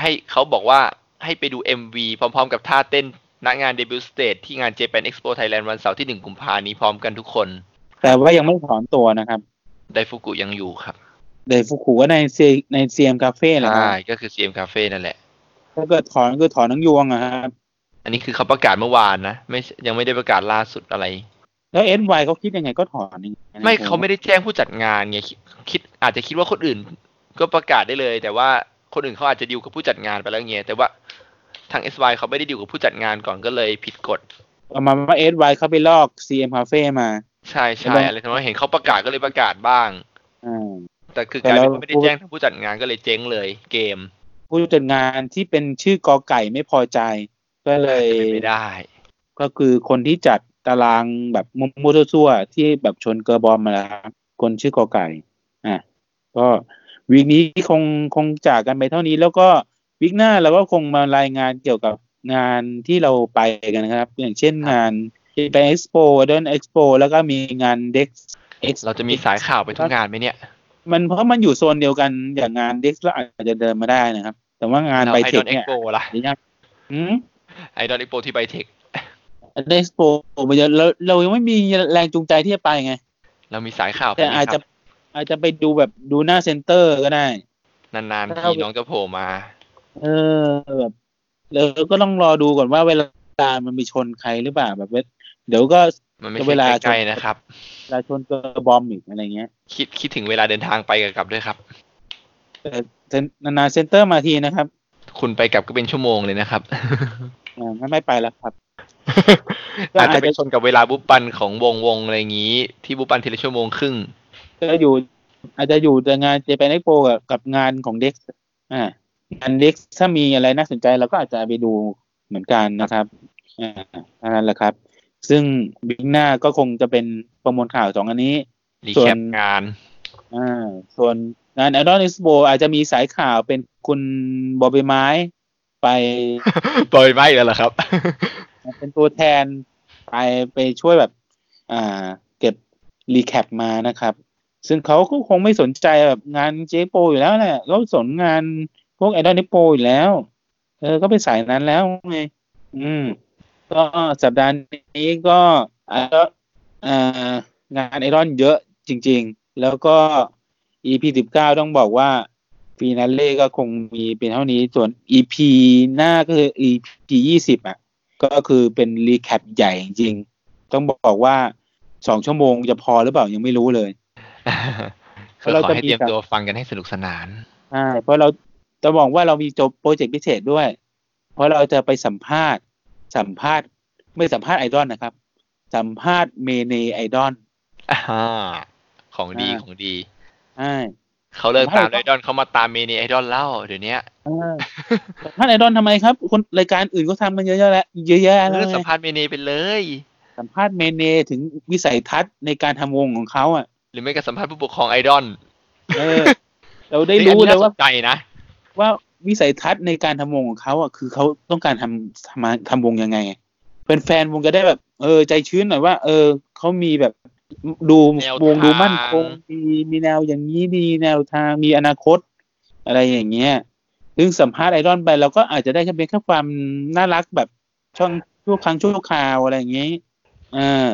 ให้เขาบอกว่าให้ไปดู MV พร้อมๆ กับท่าเต้นณงานเดบิวต์สเตจที่งาน Japan Expo Thailand วันเสาร์ที่ 1 กุมภานี้พร้อมกันทุกคน แต่ว่ายังไม่ถอนตัวนะครับ ไดฟุกุยังอยู่ครับ เดฟุกุก็ในเซียในเซียมคาเฟ่แหละครับ ใช่ ก็คือ CM Cafe นั่นแหละ ถ้าเกิดถอนก็ถอนทั้งยวงอะครับ อันนี้คือเขาประกาศเมื่อวานนะ ไม่ใช่ยังไม่ได้ประกาศล่าสุดอะไร แล้วเอ็นวเขาคิดยังไงก็ถอนอย่างนั้น ไม่ ผ เขาไม่ได้แจ้งผู้จัดงานไงคิดคิดอาจจะคิดว่าคนอื่น ก็ประกาศได้เลย แต่ว่าคนอื่นเขาอาจจะดีลกับผู้จัดงานไปแล้วเงี้ยแต่ว่าทาง s y เขาไม่ได้ดีลกับผู้จัดงานก่อนก็เลยผิดกฎ ประมาณว่าเอสไวเขาไปลอกซีเอ็มคาเฟ่มา ใช่ แล้ ใช่ ว อะไรทำนองนั้นเห็นเขาประกาศก็เลยประกาศบ้าง อ่า แต่คือกลาร แต่เรา ไม่ได้แจ้งทางผู้จัดงานก็เลยเจ๊งเลยเกม ผู้จัดงานที่เป็นชื่อกอไก่ไม่พอใจ ก็เลย เป็นไม่ได้ ก็คือคนที่จัดตารางแบบมุดซั่วๆที่แบบชนเกอร์บอมมาแล้วครับคนชื่อกอไก่ อ่ะ ก็วีคนี้คงคงจากกันไปเท่านี้ แล้วก็วีคหน้าเราก็คงมารายงานเกี่ยวกับงานที่เราไปกันนะครับ อย่างเช่นงานไปเอ็กซ์โปเดินเอ็กซ์โปแล้วก็มีงานเด็ก เราจะมีสายข่าวไปทุกงานไหมเนี่ย มันเพราะมันอยู่โซนเดียวกันอย่างงานเด็กเราอาจจะเดินมาได้นะครับ แต่ว่างาน แล้ว ไป ไอ เท ด ค อลเอ็ก เนี่ย โปล่ะ เดี๋ยวยากอืม ไอดอลเอ็กโปที่ไบเทค เด็กโปมันจะเราเรายังไม่มีแรงจูงใจที่จะไปไง เรามีสายข่าวไป แต่ ไหม อาจ ค จะ รับ อาจจะไปดูแบบดูหน้าเซ็นเตอร์ก็ได้ นานๆทีน้องจะโผล่มา เออแบบเราก็ต้องรอดูก่อนว่าเวลามันมีชนใครหรือเปล่าแบบเวลเดี๋ยวก็ มันไม่ เว ใช่ ลา ใกล้ๆนะครับ เวลาชนเจอบอมอีกอะไรเงี้ย คิดคิดถึงเวลาเดินทางไปกับกลับด้วยครับ แต่เซ็นนานๆเซ็นเตอร์มาทีนะครับ คุณไปกลับก็เป็นชั่วโมงเลย นะครับ อ่างั้นไม่ไปแล้วครับ ก็ อา อา จ จ จะ จะ ไปชนกับเวลาบุปปันของวงวงอะไรอย่างนี้ ที่บุปปันทีละชั่วโมงครึ่ง ก็อยู่ อาจจะอยู่แต่งานเจแปนเอ็กโปกับกับงานของเด็กอ่างานเด็กถ้ามีอะไรน่าสนใจเราก็อาจจะไปดูเหมือนกันนะครับอ่าอันนั้นแหละครับ ซึ่งบิ๊กหน้าก็คงจะเป็นประมวลข่าวสองอันนี้ รี ส่ว แคน ปงาน อ่าส่วนงาน a d o n e x p o อาจจะมีสายข่าวเป็นคุณบอบใบไม้ ไป ปล่อยไม่แล้วเหรอครับ เป็นตัวแทน ไปไปช่วยแบบ อ่า เก็บรีแคปมานะครับ ซึ่งเขาก็คงไม่สนใจแบบงานเจโปอยู่แล้วแหละเขาสนงานพวก a d o n e x p o อยู่แล้ว เออ ก็ไปสายนั้นแล้วไงอืม ก็สัปดาห์นี้ก็อาจจะอ่างานไอรอนเยอะจริง ๆ แล้วก็ EP สิบเก้าต้องบอกว่าฟีนัลเล่ก็คงมีเป็นเท่านี้ ส่วน EP หน้าก็คือ EP ยี่สิบอ่ะ ก็คือเป็นรีแคปใหญ่จริงๆต้องบอกว่าสองชั่วโมงจะพอหรือเปล่ายังไม่รู้เลย ก็ขอให้เตรียม เราจะมี ตัวฟังกันให้สนุกสนาน ใช่เพราะเราจะบอกว่าเรามีจบโปรเจกต์พิเศษด้วย เพราะเราจะไปสัมภาษณ์ สัมภาษณ์ไม่สัมภาษณ์ไอดอลนะครับ สัมภาษณ์เมเนไอดอล อ่า ของดี อ่า ของดี ใช่ เขาเลิกตาม ไม่ ไอดอลเขามาตามเมนีไอดอลเล่าเดี๋ยวเนี้ย เออสัมภาษณ์ไอดอลทำไมครับ คนรายการอื่นก็ทำมันเยอะแยะแล้วเยอะแยะแล้ว เลิกสัม ไง ภาษณ์เมนีไปเลย สัมภาษณ์เมเนถึงวิสัยทัศน์ในการทำวงของเขาอ่ะ หรือไม่ก็สัมภาษณ์ผู้ปกครองไอดอล เอ อ เราได้รู้ ฮ้อันเลยนี้น่าส ว่าน ใจนะ ว่าวิสัยทัศน์ในการทำวงของเขาอ่ะคือเขาต้องการทำทำมาทำวงยังไงเป็นแฟนๆวงจะได้แบบ เออ ใจชื้นหน่อยว่า เออเขามีแบบดู แนว วงดู ทาง มั่นคงดีมีแนวอย่างนี้ดีแนวทางมีอนาคต อะไรอย่างเงี้ยซึ่งสัมภาษณ์ไอดอลไปเราก็อาจจะได้แค่เป็นแค่ความน่ารักแบบช่องชั่วครั้งชั่วคราวอะไรอย่างเงี้ยอ่า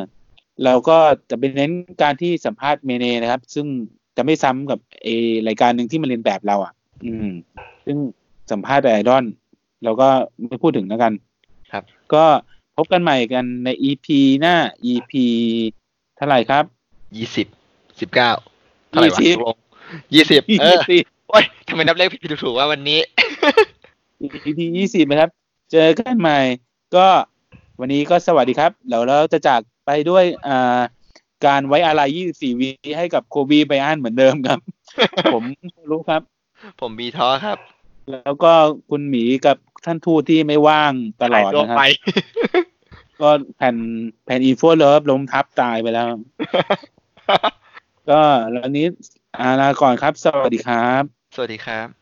เราก็จะเป็นเน้นการที่สัมภาษณ์เมเนนะครับ ซึ่งจะไม่ซ้ำกับเออรายการหนึ่งที่มันเรียนแบบเราอ่ะ อืม ซึ่งสัมภาษณ์แต่ไอดอลเราก็ไม่พูดถึงแล้วกัน ครับ ก็พบกันใหม่กันใน EP หน้า EP เท่าไหร่ครับ ยี่สิบสิบเก้าเท่าไหร่วะ ยี่สิบ ตกลงยี่สิบ เออ EP โอ้ยทำไมนับเลขผิดถูกว่าวันนี้ EP ยี่สิบนะครับ เจอกันใหม่ ก็วันนี้ก็สวัสดีครับแล้วเราจะจากไปด้วยอ่าการไว้อาลัย24 วีให้กับโคบีไบรอันเหมือนเดิม ครับ ผมรู้ครับ ผมบีท้อครับ แล้วก็คุณหมีกับท่านทูตที่ไม่ว่างตลอด หายตัว นะครับ ไป ก็แผ่นแผ่นอินโฟเลิฟล้มทับตายไปแล้ว ก็แล้วนี้อาลาก่อนครับ สวัสดีครับ สวัสดีครับ